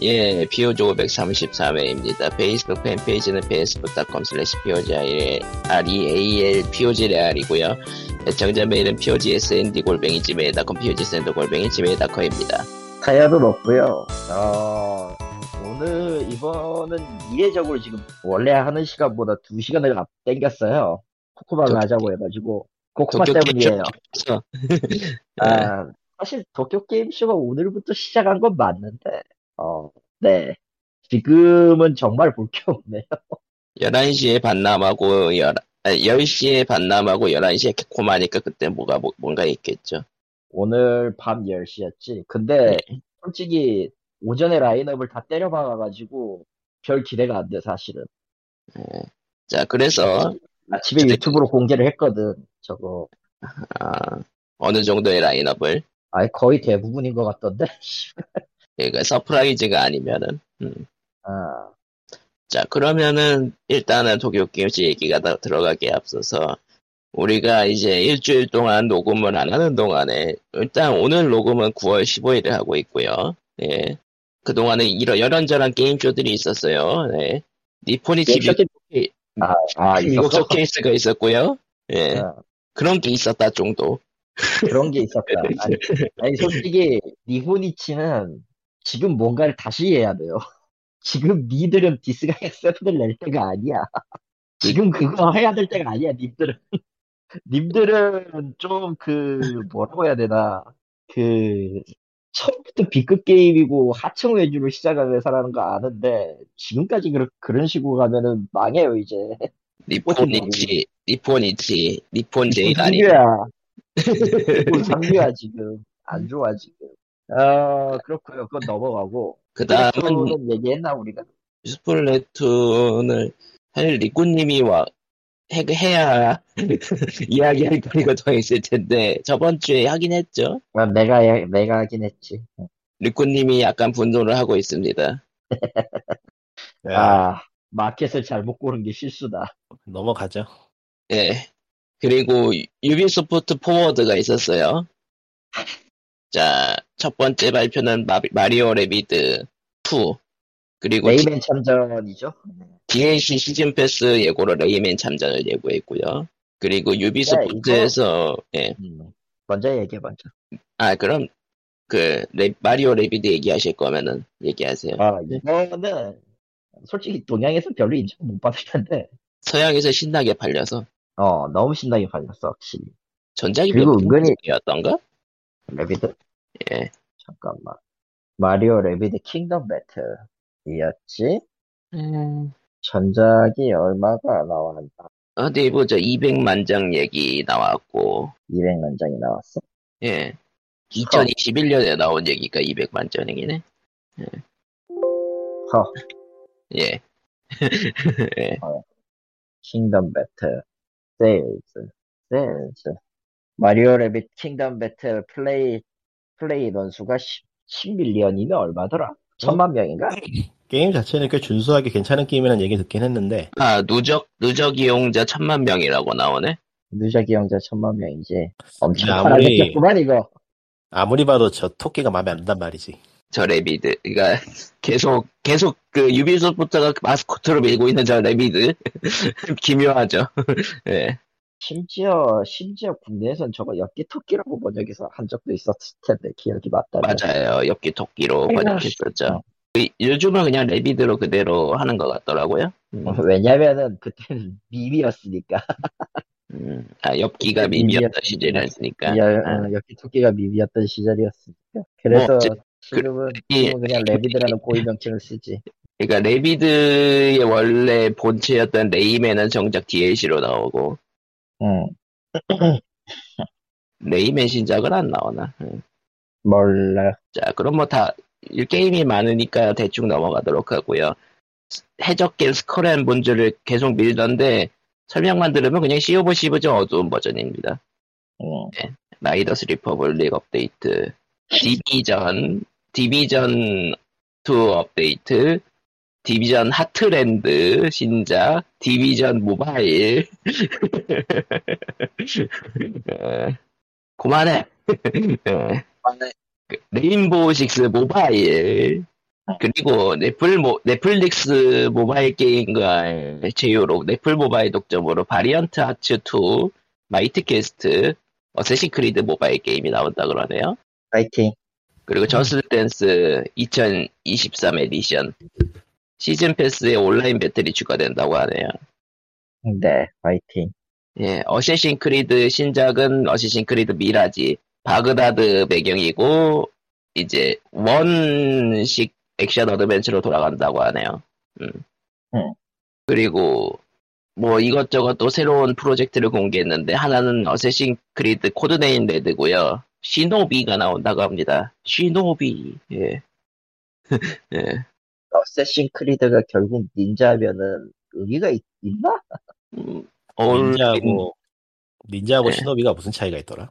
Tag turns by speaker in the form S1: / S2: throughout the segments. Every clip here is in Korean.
S1: 예, 비오조 533회입니다. 페이스북 팬페이지는 facebook.com slash E POGREAL, POGREAL이고요. 애청자 메일은 POGSND골뱅이 지메일.com, POGSND골뱅이 지메일.com입니다.
S2: 타이어도 높고요. 어, 오늘 이번은 이례적으로 지금 원래 하는 시간보다 2시간을 앞 땡겼어요. 코코마를
S1: 도쿄-
S2: 하자고 해가지고 코코마 때문이에요.
S1: 쇼에서. 아,
S2: 아, 사실 도쿄 게임쇼가 오늘부터 시작한 건 맞는데, 어, 네. 지금은 정말 볼 게 없네요.
S1: 11시에 반남하고, 1 10시에 반남하고, 11시에 코마니까 그때 뭐가, 뭐- 뭔가 있겠죠.
S2: 오늘 밤 10시였지. 근데
S1: 네.
S2: 솔직히 오전에 라인업을 다 때려박아가지고 별 기대가 안 돼, 사실은.
S1: 네. 자, 그래서,
S2: 아침에
S1: 근데-
S2: 유튜브로 공개를 했거든, 저거.
S1: 아, 어느 정도의 라인업을,
S2: 아니, 거의 대부분인 것 같던데.
S1: 그러니까 서프라이즈가 아니면은, 음.
S2: 아,
S1: 자, 그러면은 일단은 도쿄 게임즈 얘기가 다 들어가기에 앞서서 우리가 이제 일주일 동안 녹음을 안 하는 동안에 일단 오늘 녹음은 9월 15일에 하고 있고요. 예. 그동안에 이런 여런저런 게임쇼들이 있었어요. 예. 니포니 TV
S2: 아, 아,
S1: 미국
S2: 있었어.
S1: 쇼케이스가 있었고요. 예.
S2: 아.
S1: 그런 게 있었다 정도.
S2: 그런 게 있었다. 아니, 아니, 솔직히, 니혼이치는 지금 뭔가를 다시 해야 돼요. 지금 니들은 디스가이아 7을 낼 때가 아니야. 지금 그거 해야 될 때가 아니야, 님들은. 님들은 좀 그, 뭐라고 해야 되나. 그, 처음부터 B급 게임이고 하청 외주로 시작을 해서라는 거 아는데, 지금까지 그, 그런 식으로 가면은 망해요, 이제.
S1: 니포니치, 니포니치,
S2: 뭐
S1: 니폰제이 아니
S2: 삼류야. 이거 삼류야 지금 안 좋아 지금. 아 그렇고요. 그건 넘어가고.
S1: 그다음은
S2: 그거는 얘기했나 우리가?
S1: 스플래툰을 할 리꾸님이 와 해, 해야 이야기할 거리가 더 있을 텐데 저번 주에 하긴 했죠.
S2: 아, 내가 해- 내가 하긴 했지.
S1: 리꾸님이 약간 분노를 하고 있습니다.
S3: 야,
S2: 아 마켓을 잘못 고른 게 실수다.
S3: 넘어가죠.
S1: 예. 그리고 유- 유비소프트 포워드가 있었어요. 자, 첫 번째 발표는 마, 리오 레비드 2 그리고
S2: 메이맨 참전이죠.
S1: DLC 시즌 패스 예고로 레이맨 참전을 예고했고요. 그리고 유비소프트에서 예.
S2: 음, 먼저 얘기해 먼저.
S1: 아, 그럼, 그, 레- 마리오 레비드 얘기하실 거면은 얘기하세요.
S2: 아 이거는 솔직히 동양에서 별로 인정 못 받을 텐데.
S1: 서양에서 신나게 팔려서
S2: 어 너무 신나게 팔렸어 확실히.
S1: 전작이
S2: 그리고 은근히-
S1: 였던가
S2: 레비드
S1: 예.
S2: 잠깐만. 마리오 레비드 킹덤 배틀이었지? 전작이 얼마가 나왔나?
S1: 어디 보자. 200만 장 얘기 나왔고,
S2: 200만 장이 나왔어.
S1: 예. 2021년에 나온 얘기가 200만 장이네.
S2: 허.
S1: 예. 예.
S2: 킹덤 배틀, 세일즈, 세일즈. 마리오 레빗 킹덤 배틀 플레이, 플레이 런수가 10, 10밀리언이면 얼마더라? 천만 명인가?
S3: 게임 자체는 꽤 준수하게 괜찮은 게임이라는 얘기 듣긴 했는데,
S1: 아, 누적, 누적 이용자 천만 명이라고 나오네.
S2: 누적 이용자 천만 명이지. 엄청
S3: 야,
S2: 팔아먹
S3: 우리-
S2: 겠구만 이거.
S3: 아무리 봐도 저 토끼가 마음에 안 든단 말이지.
S1: 저 레비드. 그니까, 계속, 계속 그 유비소프트가 마스코트로 밀고 있는 저 레비드. 기묘하죠. 예.
S2: 심지어, 심지어 국내에선 저거 엽기 토끼라고 번역해서 한 적도 있었을 텐데, 기억이 맞다면.
S1: 맞아요. 엽기 토끼로
S2: 아이고.
S1: 번역했었죠. 이- 요즘은 그냥 레비드로 그대로 하는 것 같더라고요. 음,
S2: 어. 왜냐면은 그때는 밈이었으니까.
S1: 음. 아, 엽기가
S2: 미-
S1: 미미였던
S2: 미미였-
S1: 시절이었으니까.
S2: 열-
S1: 아.
S2: 어, 엽기 토끼가 밈이었던 시절이었으니까. 뭐, 그래서
S1: 어째-
S2: 지금은
S1: 이-
S2: 지금은 그냥 레비드라는 고유 명칭을 쓰지.
S1: 그러니까 레비드의 원래 본체였던 레이맨은 정작 DLC로 나오고
S2: 응.
S1: 레이맨 신작은 안 나오나. 음.
S2: 몰라.
S1: 자, 그럼 뭐 다 게임이 많으니까 대충 넘어가도록 하고요. 해적계 스컬앤 본즈를 계속 밀던데 설명만 들으면 그냥 시 오브 시브 좀 어두운 버전입니다. 네.
S2: 응.
S1: 라이더스 리퍼블릭 업데이트, 디비전, 디비전 2 업데이트, 디비전 하트랜드 신작, 디비전 모바일. 어, 그만해. 어, 레인보우 식스 모바일. 그리고 넷플 모, 넷플릭스 모바일 게임과 제휴로 넷플 모바일 독점으로 바리언트 하츠 2, 마이트 캐스트, 어쌔신 크리드 모바일 게임이 나온다 그러네요.
S2: 파이팅.
S1: 그리고 저스트 댄스 2023 에디션 시즌 패스에 온라인 배틀이 추가된다고 하네요.
S2: 네, 파이팅.
S1: 예, 어쌔신 크리드 신작은 어쌔신 크리드 미라지 바그다드 배경이고 이제 원식 액션 어드벤처로 돌아간다고 하네요. 음.
S2: 음.
S1: 그리고 뭐 이것저것 또 새로운 프로젝트를 공개했는데 하나는 어쌔신 크리드 코드네임 레드고요. 시노비가 나온다고 합니다. 시노비. 예. 예.
S2: 어쌔신 크리드가 결국 닌자면은 의미가 있, 나
S1: 음, 어울린
S3: 닌자하고 뭐 닌자하고
S1: 네.
S3: 신노비가 무슨 차이가 있더라?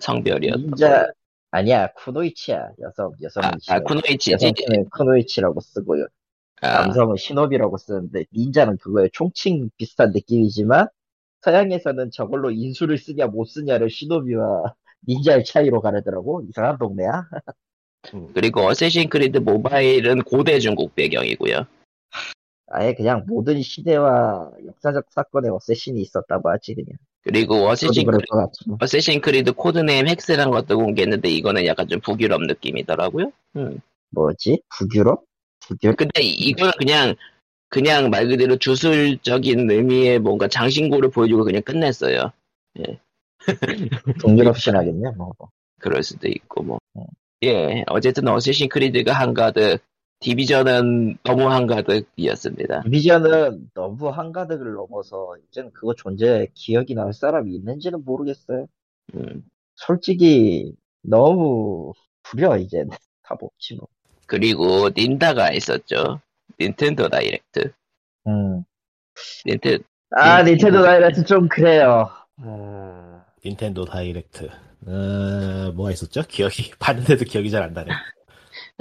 S1: 성별이었던
S2: 닌자 아니야 쿠노이치야 여성
S1: 아,
S2: 여성은
S1: 아
S2: 신노비.
S1: 쿠노이치지.
S2: 여성은 쿠노이치라고 쓰고요.
S1: 아,
S2: 남성은 신업이라고 쓰는데 닌자는 그거에 총칭 비슷한 느낌이지만 서양에서는 저걸로 인수를 쓰냐 못 쓰냐를 신업이와 닌자의 차이로 가르더라고 이상한 동네야
S1: 그리고 어쌔신 크리드 모바일은 고대 중국 배경이고요.
S2: 아예 그냥 모든 시대와 역사적 사건에 어쌔신이 있었다고 하지 그냥
S1: 그리고 어쌔신
S2: 저도 그럴
S1: 크리드,
S2: 것 같지만
S1: 어쌔신 크리드 코드네임 헥스란 것도 공개했는데 이거는 약간 좀 북유럽 느낌이더라고요. 음.
S2: 뭐지 북유럽 북유럽
S1: 근데 이- 이거는 그냥 그냥 말 그대로 주술적인 의미의 뭔가 장신구를 보여주고 그냥 끝냈어요.
S2: 동유럽 신화겠냐 뭐
S1: 그럴 수도 있고 뭐.
S2: 음.
S1: 예, 어쨌든 어쌔신 크리드가 한가득, 디비전은 너무 한가득이었습니다.
S2: 디비전은 너무 한가득을 넘어서 이제는 그거 존재 기억이 날 사람이 있는지는 모르겠어요
S1: 음.
S2: 솔직히 너무 부려 이제 다 먹지 뭐.
S1: 그리고 닌다가 있었죠. 닌텐도 다이렉트. 닌텐
S2: 아
S1: 음.
S2: 닌텐도 다이렉트 좀 그래요.
S3: 네. 닌텐도 다이렉트. 어, 뭐가 있었죠? 기억이 봤는데도 기억이 잘 안 나네.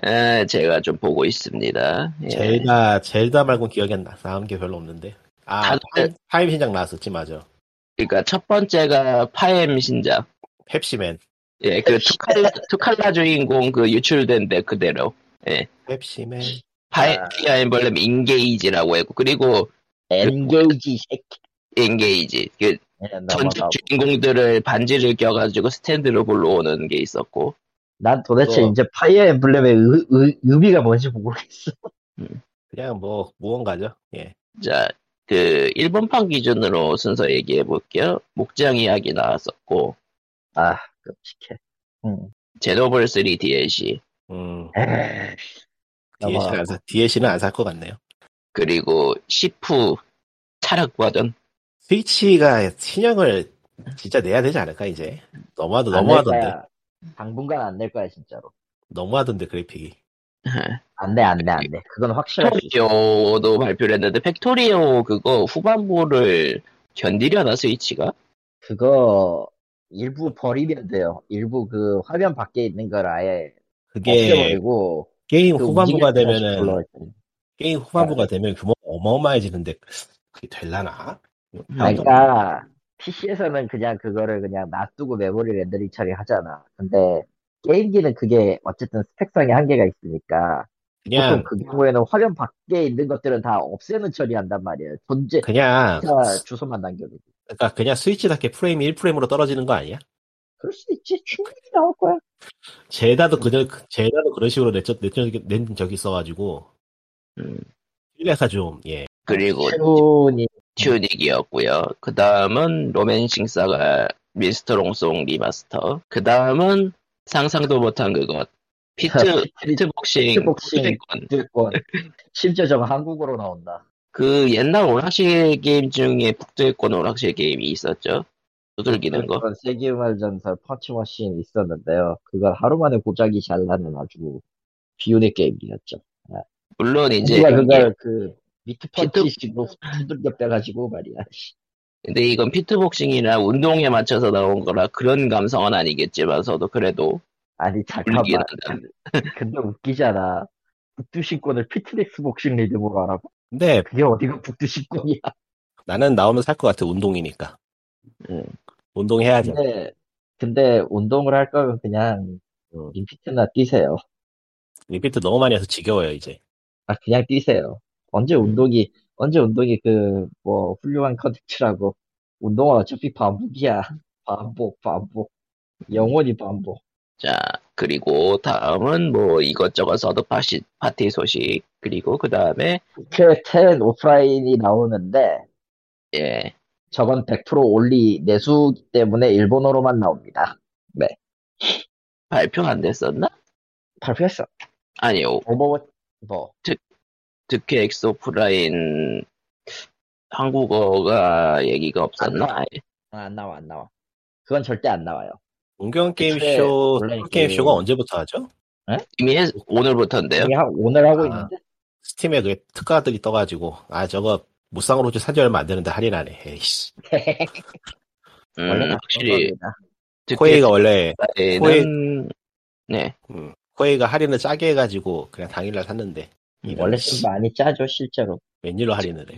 S1: 아, 제가 좀 보고 있습니다. 예.
S3: 젤다 젤다 말고는 기억이 안 나. 남은 게 별로 없는데. 아
S1: 다들- 네.
S3: 파임, 파임 신작 나왔었지 맞아.
S1: 그러니까 첫 번째가 파엠 신작.
S3: 펩시맨.
S1: 예, 그 투칼라 투칼라 주인공 그 유출된 데 그대로.
S3: 펩시맨.
S1: 파이
S2: 아.
S1: 아 엠블렘 인게이지라고 했고 그리고
S2: 엔게이지 새끼.
S1: 인게이지 그 전직
S2: 넘어가고.
S1: 주인공들을 반지를 껴가지고 스탠드로 불러오는 게 있었고
S2: 난 도대체
S3: 또-
S2: 이제 파이어 엠블렘의 의, 의, 의미가 뭔지 모르겠어.
S3: 그냥 뭐 무언가죠. 예.
S1: 자 그 일본판 기준으로 순서 얘기해 볼게요 목장 이야기 나왔었고
S2: 아 끔찍해. 음.
S1: 제노블 3 DLC
S3: 음.
S2: 에이,
S3: DLC는
S2: 넘어가고.
S3: 안 사, DLC는 안 살 것 같네요.
S1: 그리고 시프 차력 버전
S3: 스위치가 신형을 진짜 내야 되지 않을까 이제. 너무하던
S2: 안낼
S3: 너무하던데.
S2: 거야. 당분간 안 낼 거야 진짜로.
S3: 너무하던데 그래픽이.
S2: 안내안내 안 내 안내. 그건 확실할 수 있어.
S1: 팩토리오도 발표를 했는데 팩토리오 그거 후반부를 견디려나 스위치가
S2: 그거 일부 버리면 돼요. 일부 그 화면 밖에 있는 걸 아예
S3: 그게
S2: 없애버리고
S3: 게임
S2: 어, 그
S3: 후반부가
S2: 움직이는 다시
S3: 되면은
S2: 불러올 거예요. 네.
S3: 게임 후반부가 되면 규모 어마어마해지는데 그게
S2: 아,
S3: 될라나?
S2: 그러니까 PC에서는 그냥 그거를 그냥 놔두고 메모리 렌더링 처리하잖아. 근데 게임기는 그게 어쨌든 스펙상의 한계가 있으니까 보통
S3: 그냥
S2: 그 경우에는 화면 밖에 있는 것들은 다 없애는 처리한단 말이에요. 존재
S3: 그냥
S2: 자, 주소만 남겨두고
S3: 그러니까 그냥 스위치답게 프레임이 1프레임으로 떨어지는 거 아니야?
S2: 그럴 수 있지 충분히 나올 거야. 음.
S3: 제다도 그저 제다도 그런 식으로 냈, 냈, 낸 적이 있어가지고
S1: 음.
S3: 실내사 좀 예.
S1: 그리고
S2: 충분히
S1: 튜닉이었고요. 그 다음은 로맨싱 사가 미스터 롱송 리마스터. 그 다음은 상상도 못한 그것. 피트, 피트복싱.
S2: 피트복싱.
S1: 피트권.
S2: 들건 심지어 저거 한국어로 나온다.
S1: 그 옛날 오락실 게임 중에 북두의권 오락실 게임이 있었죠. 두들기는 거.
S2: 그런 세기말 전설 펀치머신 있었는데요. 그걸 하루 만에 고작이 잘 나는 아주 비운의 게임이었죠.
S1: 물론 이제.
S2: 우리가
S1: 이게-
S2: 그걸 그 미트
S1: 피트-
S2: 펀치식으로 뭐 두들겨 빼가지고 말이야.
S1: 근데 이건 피트복싱이나 운동에 맞춰서 나온 거라 그런 감성은 아니겠지만서도 그래도
S2: 아니 잠깐만.
S1: 울기는 한다.
S2: 근데 웃기잖아. 북두신권을 피트넥스 복싱 리듬으로 하라고?
S3: 근데
S2: 그게 어디가 북두신권이야?
S3: 나는 나오면 살 것 같아 운동이니까.
S1: 음.
S3: 운동해야죠.
S2: 근데 근데 운동을 할 거면 그냥
S3: 음.
S2: 림피트나 뛰세요.
S3: 리피트 너무 많이 해서 지겨워요 이제.
S2: 아, 그냥 뛰세요. 언제 운동이, 언제 운동이 그, 뭐, 훌륭한 컨텐츠라고. 운동은 어차피 반복이야. 반복, 반복. 영원히 반복.
S1: 자, 그리고 다음은 뭐 이것저것 서드 파시, 파티 소식, 그리고 그 다음에,
S2: 그10 오프라인이 나오는데,
S1: 예,
S2: 저건 100% 올리 내수 때문에 일본어로만 나옵니다.
S1: 발표 안 됐었나?
S2: 발표했어.
S1: 아니, 오,
S2: 오버워치, 뭐,
S1: 특히 엑소프라인 한국어가 얘기가 없었나?
S2: 아, 안 나와, 안 나와. 그건 절대 안 나와요.
S3: 문경 게임
S2: 애초에
S3: 쇼,
S2: 그 원래 그 이게-
S3: 게임 쇼가 언제부터 하죠?
S1: 이미 했- 오늘부터인데요.
S2: 이게 하- 오늘 하고
S3: 아.
S2: 있는데,
S3: 스팀에 그 특가들이 떠가지고 아 저거 무쌍으로 산지 얼마 안 되는데 할인하네. 에이씨.
S2: 그
S1: 음,
S2: 원래 다 그런
S1: 확실히
S2: 겁니다.
S1: 특히
S2: 그
S3: 코에이가 원래
S1: 엑소프라인은 네,
S3: 음, 코에이가 할인을 짜게 해가지고 그냥 당일날 샀는데 이런,
S2: 원래
S3: 씨,
S2: 좀 많이 짜죠, 실제로.
S3: 웬일로 할인을 해?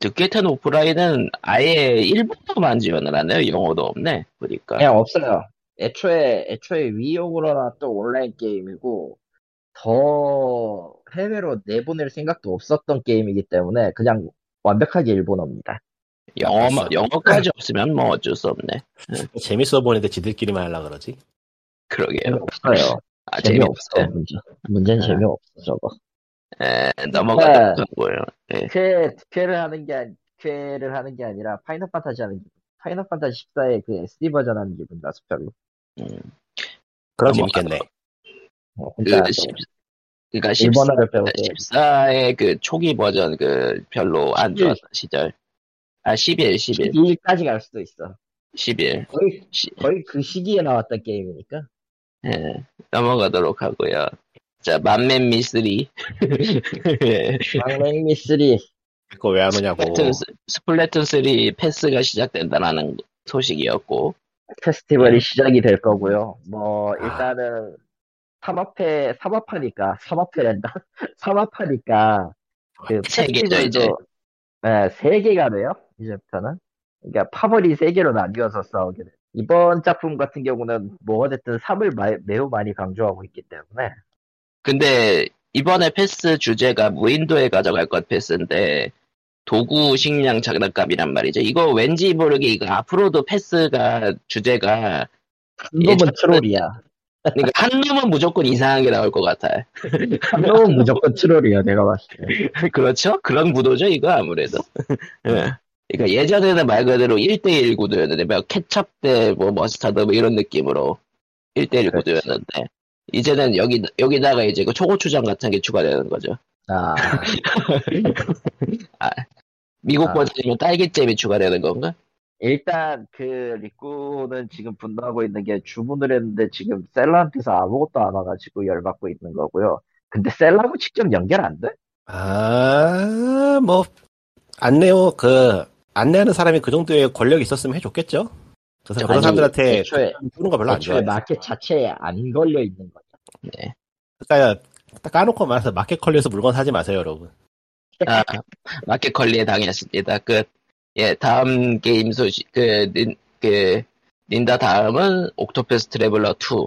S1: 듣게텐 오프라인은 아예 일본어만 지원을 하네요. 영어도 없네. 그러니까
S2: 그냥 없어요. 애초에, 애초에 위용으로 나왔던 온라인 게임이고, 더 해외로 내보낼 생각도 없었던 게임이기 때문에, 그냥 완벽하게 일본어입니다.
S1: 영어만 영어까지 없으면 뭐 어쩔 수 없네.
S3: 재밌어 보이는데 지들끼리만 하려 그러지?
S1: 그러게요.
S2: 재미없어요.
S1: 예, 아,
S2: 네, 재미없어,
S1: 재미없어요.
S2: 문제. 문제는 재미없어, 저거.
S1: 에,
S2: 네.
S1: 예, 넘어가도록 하고요. 예.
S2: 그 특혜를 하는 게, 아니- 특혜를 하는 게 아니라, 파이널 판타지 하는 기분. 파이널 판타지 14의 그 SD 버전 하는 기분이라서 별로. 음,
S1: 넘어가도록
S3: 그럼 아, 재밌겠네.
S2: 어,
S1: 그
S2: 그러니까
S1: 십- 그러니까 14,
S2: 일본어를 배우고
S1: 14의 그 초기 버전 그 별로 안
S2: 11.
S1: 좋았던 시절. 아 11, 11,
S2: 1까지 갈 수도 있어.
S1: 11.
S2: 거의,
S1: 시-
S2: 거의 그 시기에 나왔던 게임이니까.
S1: 예, 넘어가도록 하고요. 자, 만맨 미쓰리. 예,
S2: 망랭미 3.
S3: 그거 왜 안 오냐고.
S1: 스플래툰, 스플래툰 3 패스가 시작된다라는 소식이었고 네.
S2: 페스티벌이 시작이 될 거고요. 뭐
S1: 아.
S2: 일단은 삼합회 삼합하니까 삼합회란다. 삼합하니까 그
S1: 세 개죠, 이제.
S2: 페스티벌도 네, 세 개가 돼요. 이제부터는 그러니까 파벌이 세 개로 나뉘어서 싸우게 돼. 이번 작품 같은 경우는 뭐가 됐든 삼을 마- 매우 많이 강조하고 있기 때문에
S1: 근데 이번에 패스 주제가 무인도에 가져갈 것 패스인데 도구 식량 장난감이란 말이죠. 이거 왠지 모르게 이거 앞으로도 패스가 주제가
S2: 한놈은
S1: 예전에-
S2: 트롤이야.
S1: 그러니까 한 놈은 무조건 이상한 게 나올 것 같아.
S2: 한놈은 무조건 트롤이야. 내가 봤을 때.
S1: 그렇죠? 그런 구도죠 이거 아무래도. 예. 그러니까 예전에는 말 그대로 1대1 구도였는데 막 케첩 대뭐 머스타드 뭐 이런 느낌으로 1대1
S2: 그렇지.
S1: 구도였는데 이제는 여기 여기다가 이제 그 초고추장 같은 게 추가되는 거죠.
S2: 아,
S1: 미국
S2: 아.
S1: 버전이면 딸기잼이 추가되는 건가?
S2: 일단 그 리꾸는 지금 분노하고 있는 게 주문을 했는데 지금 셀러한테서 아무것도 안 와가지고 열받고 있는 거고요. 근데 셀러하고 직접 연결 안 돼?
S3: 아, 뭐, 안내요, 그, 안내하는 사람이 그 정도의 권력이 있었으면 해줬겠죠? 그 사람, 그런
S1: 아니,
S3: 사람들한테
S2: 애초에-
S3: 주는 거 별로 안
S2: 애초에
S3: 좋아해요.
S2: 마켓 자체에 안 걸려 있는 거죠.
S3: 그러니까 딱 까놓고 말해서 마켓 컬리에서 물건 사지 마세요, 여러분.
S1: 아, 마켓컬리에 당했습니다. 끝. 예, 다음 게임 소식, 그, 닌, 그, 닌다 다음은 옥토패스 트래블러 2.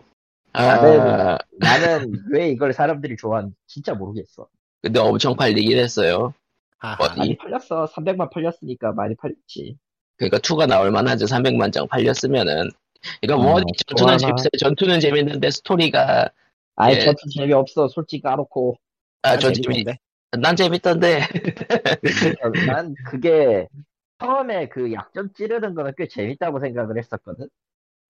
S1: 아,
S2: 아, 나는 왜 이걸 사람들이 좋아하는지 진짜 모르겠어.
S1: 근데 엄청 팔리긴 했어요.
S3: 하하.
S1: 어디?
S2: 뭐, 많이 팔렸어. 300만 팔렸으니까 많이 팔렸지.
S1: 그러니까 2가 나올만 하죠. 300만 장 팔렸으면은. 그러니까
S2: 아,
S1: 원이 전투는
S2: 좋아라.
S1: 재밌어요. 전투는 재밌는데 스토리가,
S2: 아예
S3: 네.
S1: 예.
S2: 전투 재미없어. 솔직히 까놓고.
S1: 아,
S3: 아,
S1: 전 재밌,
S3: 재밌는데?
S1: 난 재밌던데.
S2: 그러니까 난 그게 처음에 그 약점 찌르는 거는 꽤 재밌다고 생각을 했었거든.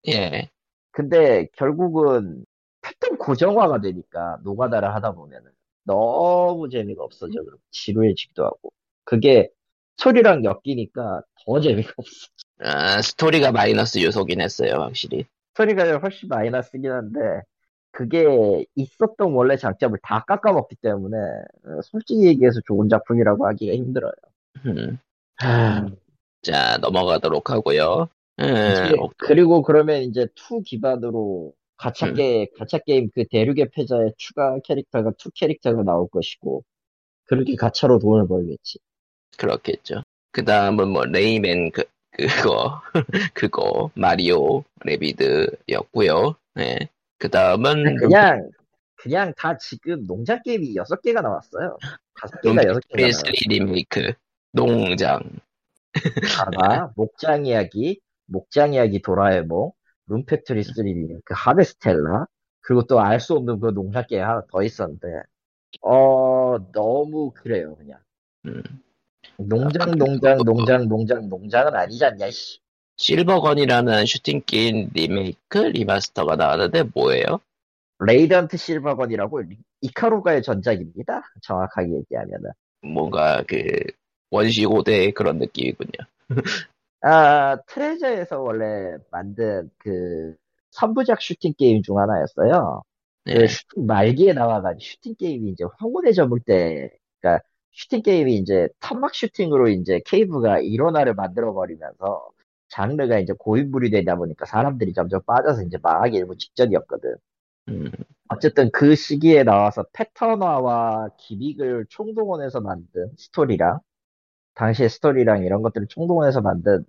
S1: 예.
S2: 근데 결국은 패턴 고정화가 되니까 노가다를 하다 보면은 너무 재미가 없어져 그럼 지루해지기도 하고 그게 소리랑 엮이니까 더 재미가 없어
S1: 아, 스토리가 마이너스 요소긴 했어요, 확실히.
S2: 소리가 훨씬 마이너스긴 한데 그게 있었던 원래 장점을 다 깎아먹기 때문에 어, 솔직히 얘기해서 좋은 작품이라고 하기가 힘들어요
S1: 음. 자, 넘어가도록 하고요. 음,
S2: 이제
S1: 옥-
S2: 그리고 그러면 이제 2 기반으로 가챠
S1: 음.
S2: 게 가챠 게임 그 대륙의 패자의 추가 캐릭터가 2 캐릭터가 나올 것이고 그렇게 가차로 돈을 벌겠지.
S1: 그렇겠죠. 그 다음은 뭐 레이맨 그 그거 그거 마리오 레비드였고요. 네. 그 다음은
S2: 그냥 그냥 다 지금 농장 게임이 6개가 나왔어요. 5개가
S1: 좀비
S2: 6개가
S1: 3 리메이크 농장
S2: 나왔잖아. 목장 이야기, 목장 이야기 도라에몽, 룸팩토리 3 리메이크, 그 하베스텔라, 그리고 또 알 수 없는 그 농장 게임 하나 더 있었는데, 어, 너무 그래요, 그냥.
S1: 음.
S2: 농장, 농장, 농장, 농장, 농장은 아니지 않냐, 씨.
S1: 실버건이라는 슈팅 게임 리메이크 리마스터가 나왔는데 뭐예요?
S2: 레이던트 실버건이라고 리- 이카루가의 전작입니다. 정확하게 얘기하면은.
S1: 뭔가 그 원시 고대 그런 느낌이군요.
S2: 아, 트레저에서 원래 만든 그 선부작 슈팅 게임 중 하나였어요.
S1: 네.
S2: 그 슈팅 말기에 나와가지고 슈팅 게임이 이제 황혼의 저물 때, 그러니까 슈팅 게임이 이제 탄막 슈팅으로 이제 케이브가 일원화를 만들어버리면서 장르가 이제 고인물이 되다 보니까 사람들이 점점 빠져서 이제 망하기 일부 직전이었거든.
S1: 음.
S2: 어쨌든 그 시기에 나와서 패턴화와 기믹을 총동원해서 만든 스토리랑 당시의 스토리랑 이런 것들을 총동원해서 만든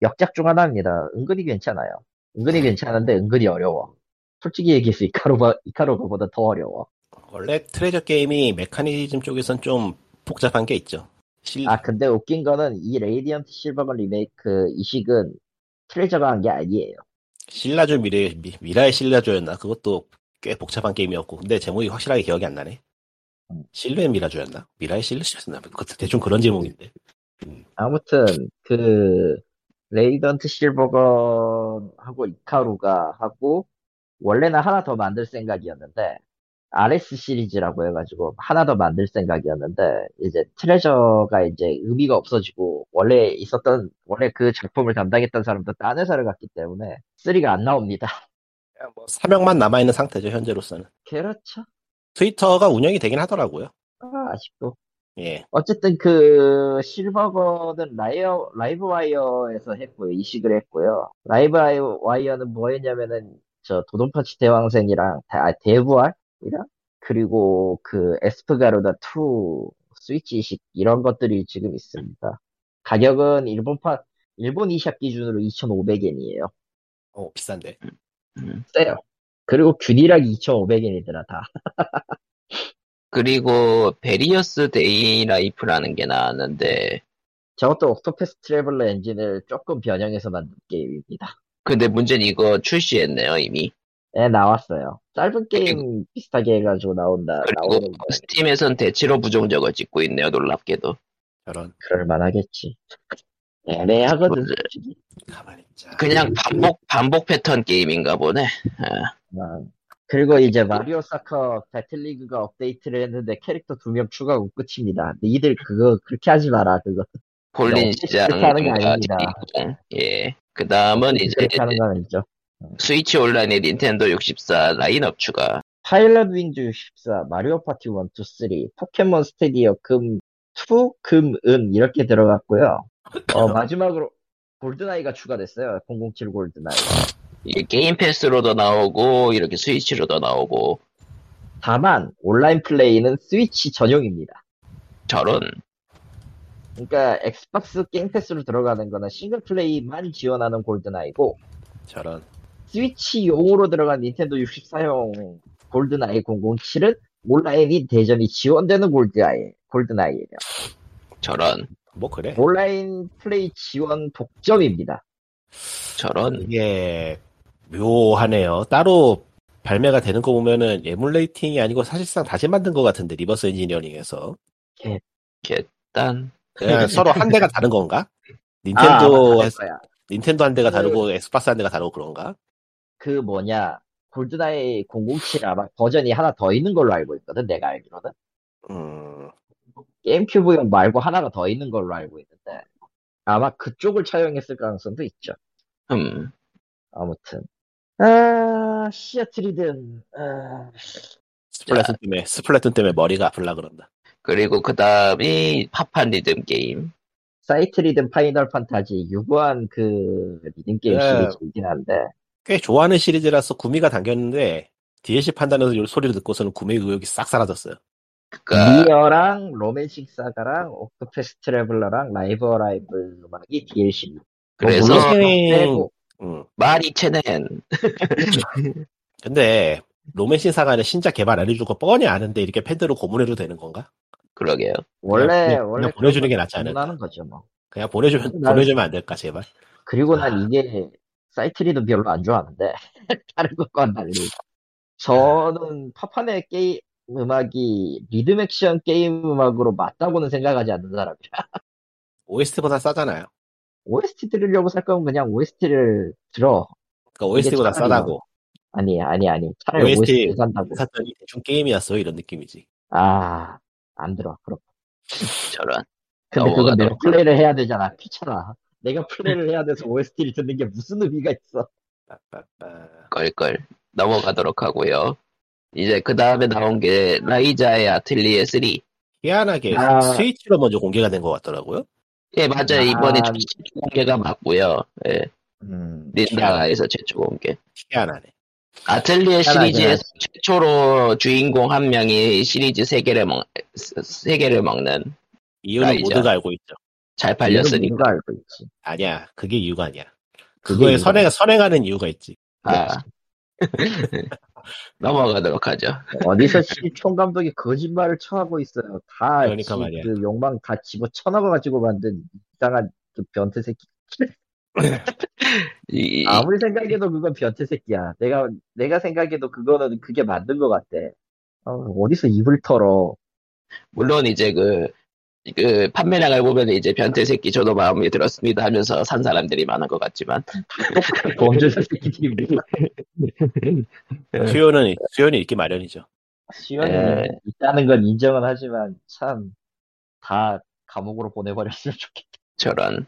S2: 역작 중 하나입니다. 은근히 괜찮아요. 은근히 괜찮은데 은근히 어려워. 솔직히 얘기해서 이카로가 이카로가보다 더 어려워.
S3: 원래 트레저 게임이 메커니즘 쪽에선 좀 복잡한 게 있죠. 실,
S2: 아 근데 웃긴 거는 이 레이디언트 실버건 리메이크 이식은 트레저가 한 게 아니에요.
S3: 신라조 미래, 미, 미라의 신라조였나? 그것도 꽤 복잡한 게임이었고. 근데 제목이 확실하게 기억이 안 나네.
S2: 음.
S3: 실루엣 미라조였나? 미라의 실루엣이었나? 그것도 대충 그런 제목인데.
S2: 아무튼 그 레이던트 실버건하고 이카루가 하고 원래는 하나 더 만들 생각이었는데 RS 시리즈라고 해가지고 하나 더 만들 생각이었는데 이제 트레저가 이제 의미가 없어지고 원래 있었던 원래 그 작품을 담당했던 사람도 딴 회사를 갔기 때문에 3가 안 나옵니다.
S3: 그냥 뭐 사명만 남아있는 상태죠, 현재로서는.
S2: 그렇죠.
S3: 트위터가 운영이 되긴 하더라고요.
S2: 아, 아쉽고.
S3: 예.
S2: 어쨌든 그 실버건은 라이어, 라이브 와이어에서 했고요. 이식을 했고요. 라이브 와이- 와이어는 뭐 했냐면은 저 도돈파치 대왕생이랑 다- 아, 대부알이랑 그리고 그 에스프가르다 2 스위치 이식 이런 것들이 지금 있습니다. 가격은 일본판 일본 이샵 기준으로 2,500엔이에요.
S3: 어, 비싼데.
S1: 음.
S2: 세요. 그리고 균일하게 2,500엔이더라 다.
S1: 그리고 베리어스 데이 라이프라는 게 나왔는데
S2: 저것도 옥토패스 트래블러 엔진을 조금 변형해서 만든 게임입니다.
S1: 근데 문제는 이거 출시했네요 이미
S2: 예, 나왔어요. 짧은 게임 비슷하게 해가지고 나온다,
S1: 그리고
S2: 나오는 거
S1: 스팀에선 대치로 부정적을 찍고 있네요 놀랍게도
S3: 저런.
S2: 그럴만하겠지. 네, 애매하거든. 솔직히.
S3: 가만히 있자.
S1: 그냥 반복 반복 패턴 게임인가 보네
S2: 음. 그리고 이제 마리오 사커 배틀리그가 업데이트를 했는데 캐릭터 두 명 추가하고 끝입니다. 니들 그거 그렇게 하지 마라, 그거.
S1: 볼린
S2: 그렇게
S1: 시장
S2: 하는 게 아닙니다.
S1: 예 그다음은 이제
S2: 그렇게 하는 건 아니죠.
S1: 스위치 온라인의 닌텐도 64 라인업 추가
S2: 파일럿 윙즈 14, 마리오 파티 1, 2, 3, 포켓몬 스테디어 금, 투, 금, 은 이렇게 들어갔고요. 어, 마지막으로 골드나이가 추가됐어요. 007 골드나이.
S1: 이게 게임 패스로도 나오고 이렇게 스위치로도 나오고
S2: 다만 온라인 플레이는 스위치 전용입니다.
S1: 저런
S2: 그러니까 엑스박스 게임 패스로 들어가는 거는 싱글 플레이만 지원하는 골든아이고
S3: 저런.
S2: 스위치용으로 들어간 닌텐도 64용 골든아이 007은 온라인이 대전이 지원되는 골드아이 골든아이예요.
S1: 저런
S3: 뭐 그래.
S2: 온라인 플레이 지원 독점입니다. 음.
S1: 저런
S3: 이게 묘하네요. 따로 발매가 되는 거 보면은 에뮬레이팅이 아니고 사실상 다시 만든 것 같은데 리버스 엔지니어링에서
S1: 딴
S3: 그냥 서로 한 대가 다른 건가?
S2: 네. 아,
S3: 닌텐도
S2: 맞다, 그거야.
S3: 닌텐도 한 대가
S2: 그-
S3: 다르고 엑스박스 한 대가 다르고 그런가?
S2: 그 뭐냐 골든아이 007 아마 버전이 하나 더 있는 걸로 알고 있거든 내가 알기로는
S3: 음,
S2: 게임큐브용 말고 하나가 더 있는 걸로 알고 있는데 아마 그쪽을 차용했을 가능성도 있죠.
S1: 음
S2: 아무튼 아 시아트리든 아,
S3: 스플래툰 때문에 스플래툰 때문에 머리가 아플라 그런다.
S1: 그리고 그다음이 파판 리듬 게임
S2: 사이트리든 파이널 판타지 유구한 그 리듬 게임
S3: 네.
S2: 시리즈이긴 한데
S3: 꽤 좋아하는 시리즈라서 구미가 당겼는데 DLC 판단에서 요 소리를 듣고서는 구매 의욕이 싹 사라졌어요.
S2: 뭐,
S1: 그니까
S2: 미어랑 로맨싱 사가랑 옥토패스 트래블러랑 라이브 라이브 음악이 DLC입니다.
S1: 그래서
S3: 물론- 음.
S2: 빼고
S3: 음.
S1: 말이 체낸
S3: 근데 로맨 신사가 아니라 신작 개발 안 해주고 뻔히 아는데 이렇게 팬들로 고문해도 되는 건가?
S1: 그러게요.
S2: 원래
S3: 그냥
S2: 원래
S3: 보내주는 게 낫지 않을까?
S2: 하는 거죠 뭐.
S3: 그냥 보내주면
S2: 나는-
S3: 보내주면 안 될까 제발?
S2: 그리고 난
S3: 아.
S2: 이게 사이트리도 별로 안 좋아하는데 다른 것과는 달리 저는 파판의 게임 음악이 리듬 액션 게임 음악으로 맞다고는 생각하지 않는 사람이야.
S3: OST보다 싸잖아요.
S2: OST 들으려고 살 거면 그냥 OST를 들어.
S3: 그러니까 OST보다
S2: 차라리
S3: 싸다고
S2: 아니 아니 아니 차라리
S3: OST.
S2: OST 를 산다고.
S3: 샀더니 대충 게임이었어 이런 느낌이지.
S2: 아 안 들어. 그럼.
S1: 저런.
S2: 근데
S1: 넘어가도록
S2: 그건 내가
S1: 하죠.
S2: 플레이를 해야 되잖아. 귀찮아. 내가 플레이를 해야 돼서 OST를 듣는 게 무슨 의미가 있어?
S3: 빠빠빠.
S1: 걸걸 넘어가도록 하고요. 이제 그 다음에 나온 게 라이자의 아틀리에 3.
S3: 희한하게
S2: 아.
S3: 스위치로 먼저 공개가 된 것 같더라고요.
S1: 예, 맞아요. 이번에
S2: 아.
S1: 최초 공개가 맞고요. 예,
S2: 음.
S1: 닌다가에서 최초 공개.
S3: 희한하네.
S1: 아틀리에
S2: 하나,
S1: 시리즈에서 최초로 주인공 한 명이 시리즈 세 개를 먹, 세 개를 먹는
S3: 이유는
S1: 라이자.
S3: 모두가 알고 있죠.
S1: 잘 팔렸으니까.
S2: 누가 알고 있지?
S3: 아니야, 그게 이유가 아니야.
S2: 그게
S3: 그거에
S2: 이유가
S3: 선행 선행하는 이유가 있지.
S1: 아. 넘어가도록 하죠.
S2: 어디서 시총 감독이 거짓말을 처하고 있어요. 다
S3: 그러니까
S2: 지-
S3: 말이야.
S2: 그 욕망 다 집어 쳐넣어 가지고 만든 이상한 그 변태 새끼.
S1: 이, 이-
S2: 아무리 생각해도 그건 변태 새끼야. 내가 내가 생각해도 그거는 그게 맞는 것 같아. 어, 디서 입을 털어.
S1: 물론 이제 그, 그 판매량을 보면 이제 변태 새끼 저도 마음에 들었습니다 하면서 산 사람들이 많은 것 같지만
S2: 범죄자 새끼들이
S1: 네.
S3: 수요는 수요는 있기 마련이죠.
S2: 시간이
S1: 예.
S2: 있다는 건 인정은 하지만 참 다 감옥으로 보내버렸으면 좋겠다.
S1: 저런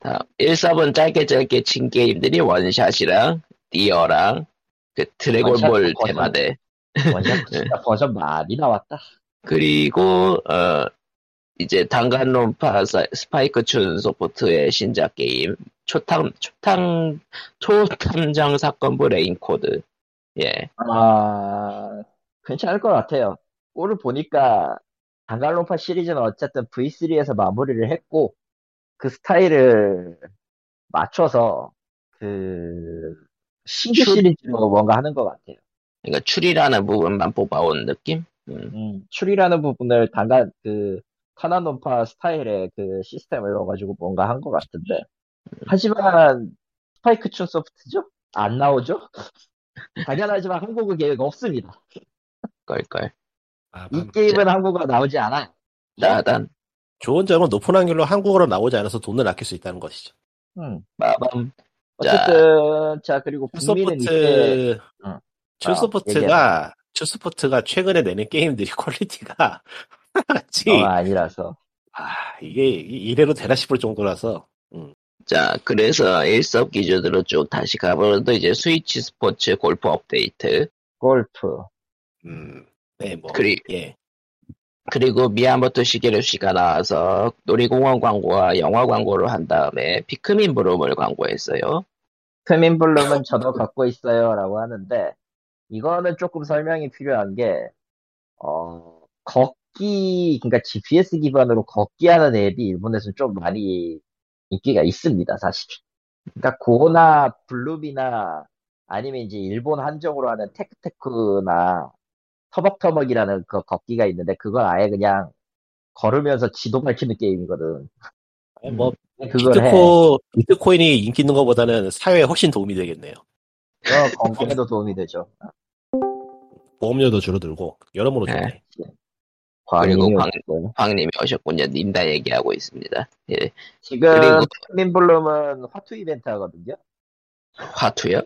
S1: 다 1섭은 짧게 짧게 친 게임들이 원샷이랑 디어랑 그 드래곤볼
S2: 원샷, 버전.
S1: 테마대
S2: 버전
S3: 네.
S2: 진짜 버전 많이 나왔다.
S1: 그리고 어 이제 단간론파 사- 스파이크 춘 소프트의 신작 게임 초탐 초탐 초탐정 사건부 레인코드 예
S2: 아 괜찮을 것 같아요. 오늘 보니까 단갈론파 시리즈는 어쨌든 V3에서 마무리를 했고 그 스타일을 맞춰서 그 신규
S1: 출-
S2: 시리즈로 뭔가 하는 것 같아요.
S1: 그러니까 추리라는 부분만 뽑아온 느낌
S2: 음, 출이라는 부분을 단간 그 카나논파 스타일의 그 시스템을 넣어가지고 뭔가 한 것 같은데 하지만 스파이크 춘 소프트죠? 안 나오죠? 당연하지만 한국은 계획 없습니다.
S1: 걸걸
S3: 아,
S2: 이 게임은 한국어 나오지 않아.
S1: 따단
S3: 좋은 점은 높은 확률로 한국어로 나오지 않아서 돈을 아낄 수 있다는 것이죠.
S2: 음.
S1: 빠밤
S2: 어쨌든 자 그리고 음, 북미는 어. 이제 응.
S3: 츄소프트 츄소프트가 츄소프트가 최근에 내는 게임들이 퀄리티가 하나같이
S2: 어, 아니라서
S3: 아, 이게 이- 이래로 되나 싶을 정도라서
S1: 자, 그래서 1섭 기준으로 쭉 다시 가보는데, 이제 스위치 스포츠 골프 업데이트.
S2: 골프
S3: 음, 네, 뭐
S1: 그리,
S3: 예.
S1: 그리고 미야모토 시게루 씨가 나와서 놀이공원 광고와 영화 광고를 한 다음에 피크민 브롬을 광고했어요.
S2: 트민블룸은 저도 갖고 있어요라고 하는데 이거는 조금 설명이 필요한 게 어, 걷기 그러니까 GPS 기반으로 걷기 하는 앱이 일본에서는 좀 많이 인기가 있습니다 사실. 그러니까 고나 블룸이나 아니면 이제 일본 한정으로 하는 테크테크나 터벅터벅이라는 그 걷기가 있는데 그걸 아예 그냥 걸으면서 지도 밝히는 게임이거든.
S3: 아니, 뭐
S2: 음. 그걸 해.
S3: 비트코 비트코인이 인기 있는 것보다는 사회에 훨씬 도움이 되겠네요.
S2: 그거 건강에도 도움이 되죠.
S3: 보험료도 줄어들고 여러모로 좋네.
S1: 네.
S2: 과학인이
S1: 그리고 광-
S2: 없고.
S1: 황님이 오셨군요. 님다 얘기하고 있습니다. 예.
S2: 지금
S1: 그리고-
S2: 트민블룸은 화투 이벤트 하거든요.
S1: 화투요?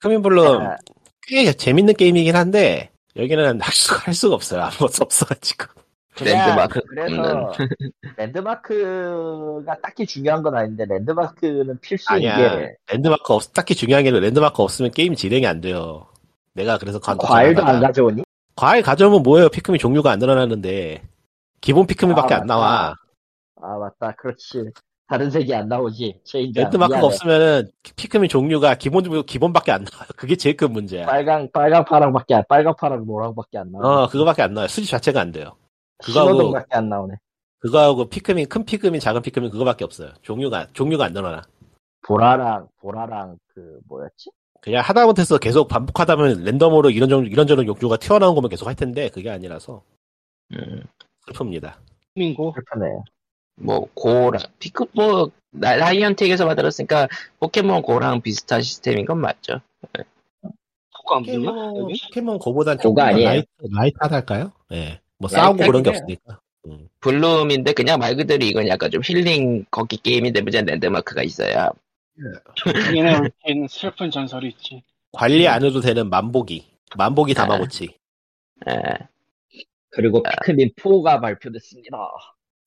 S3: 크민블룸
S2: 아,
S3: 꽤 재밌는 게임이긴 한데 여기는 할 수가 할 수가 없어요. 아무것도 없어가지고.
S2: 그냥
S1: 랜드마크
S3: 음.
S2: 그래서 랜드마크가 딱히 중요한 건 아닌데 랜드마크는 필수인
S3: 아니야.
S2: 게
S3: 랜드마크 없, 딱히 중요한 게 랜드마크 없으면 게임 진행이 안 돼요. 내가 그래서 관,
S2: 과일도 안
S3: 가.
S2: 가져오니?
S3: 과일 가져오면 뭐예요? 피크민 종류가 안 늘어나는데. 기본 피크민밖에
S2: 아,
S3: 안 나와.
S2: 아 맞다, 그렇지. 다른 색이 안 나오지. 체인지
S3: 랜드마크가 없으면은 피크민 종류가 기본 종류- 기본밖에 안 나와요. 그게 제일 큰 문제야.
S2: 빨강, 빨강, 파랑밖에 안, 빨강, 파랑, 노랑밖에 안 나와.
S3: 어, 그거밖에 안 나와요. 수집 자체가 안 돼요. 그거하고-
S2: 신호등밖에 안 나오네.
S3: 그거하고 피크민 큰 피크민 작은 피크민 그거밖에 없어요. 종류가 종류가 안 늘어나.
S2: 보라랑 보라랑 그 뭐였지?
S3: 그냥 하다못해서 계속 반복하다 보면 랜덤으로 이런저런, 이런저런 욕조가 튀어나온 거면 계속 할 텐데, 그게 아니라서
S1: 음,
S3: 슬픕니다.
S4: 민고
S2: 불편해요.
S1: 뭐 고랑 피크보 뭐, 나- 라이언텍에서 만들었으니까 포켓몬 고랑 비슷한 시스템인 건 맞죠?
S4: 고가 안 붙나?
S3: 포켓몬,
S4: 여기?
S3: 포켓몬 고보단
S2: 고가 아니에요.
S3: 라이트, 라이트하달까요? 예. 뭐 싸우고 그런 게 없으니까. 음.
S1: 블룸인데 그냥 말 그대로 이건 약간 좀 힐링 걷기 게임인데 문제는 랜드마크가 있어야
S4: 얘네 얽힌 슬픈 전설이 있지.
S3: 관리 안 해도 되는 만보기. 만보기 다마고치.
S1: 예,
S2: 그리고
S3: 아.
S2: 피크민 4가 발표됐습니다.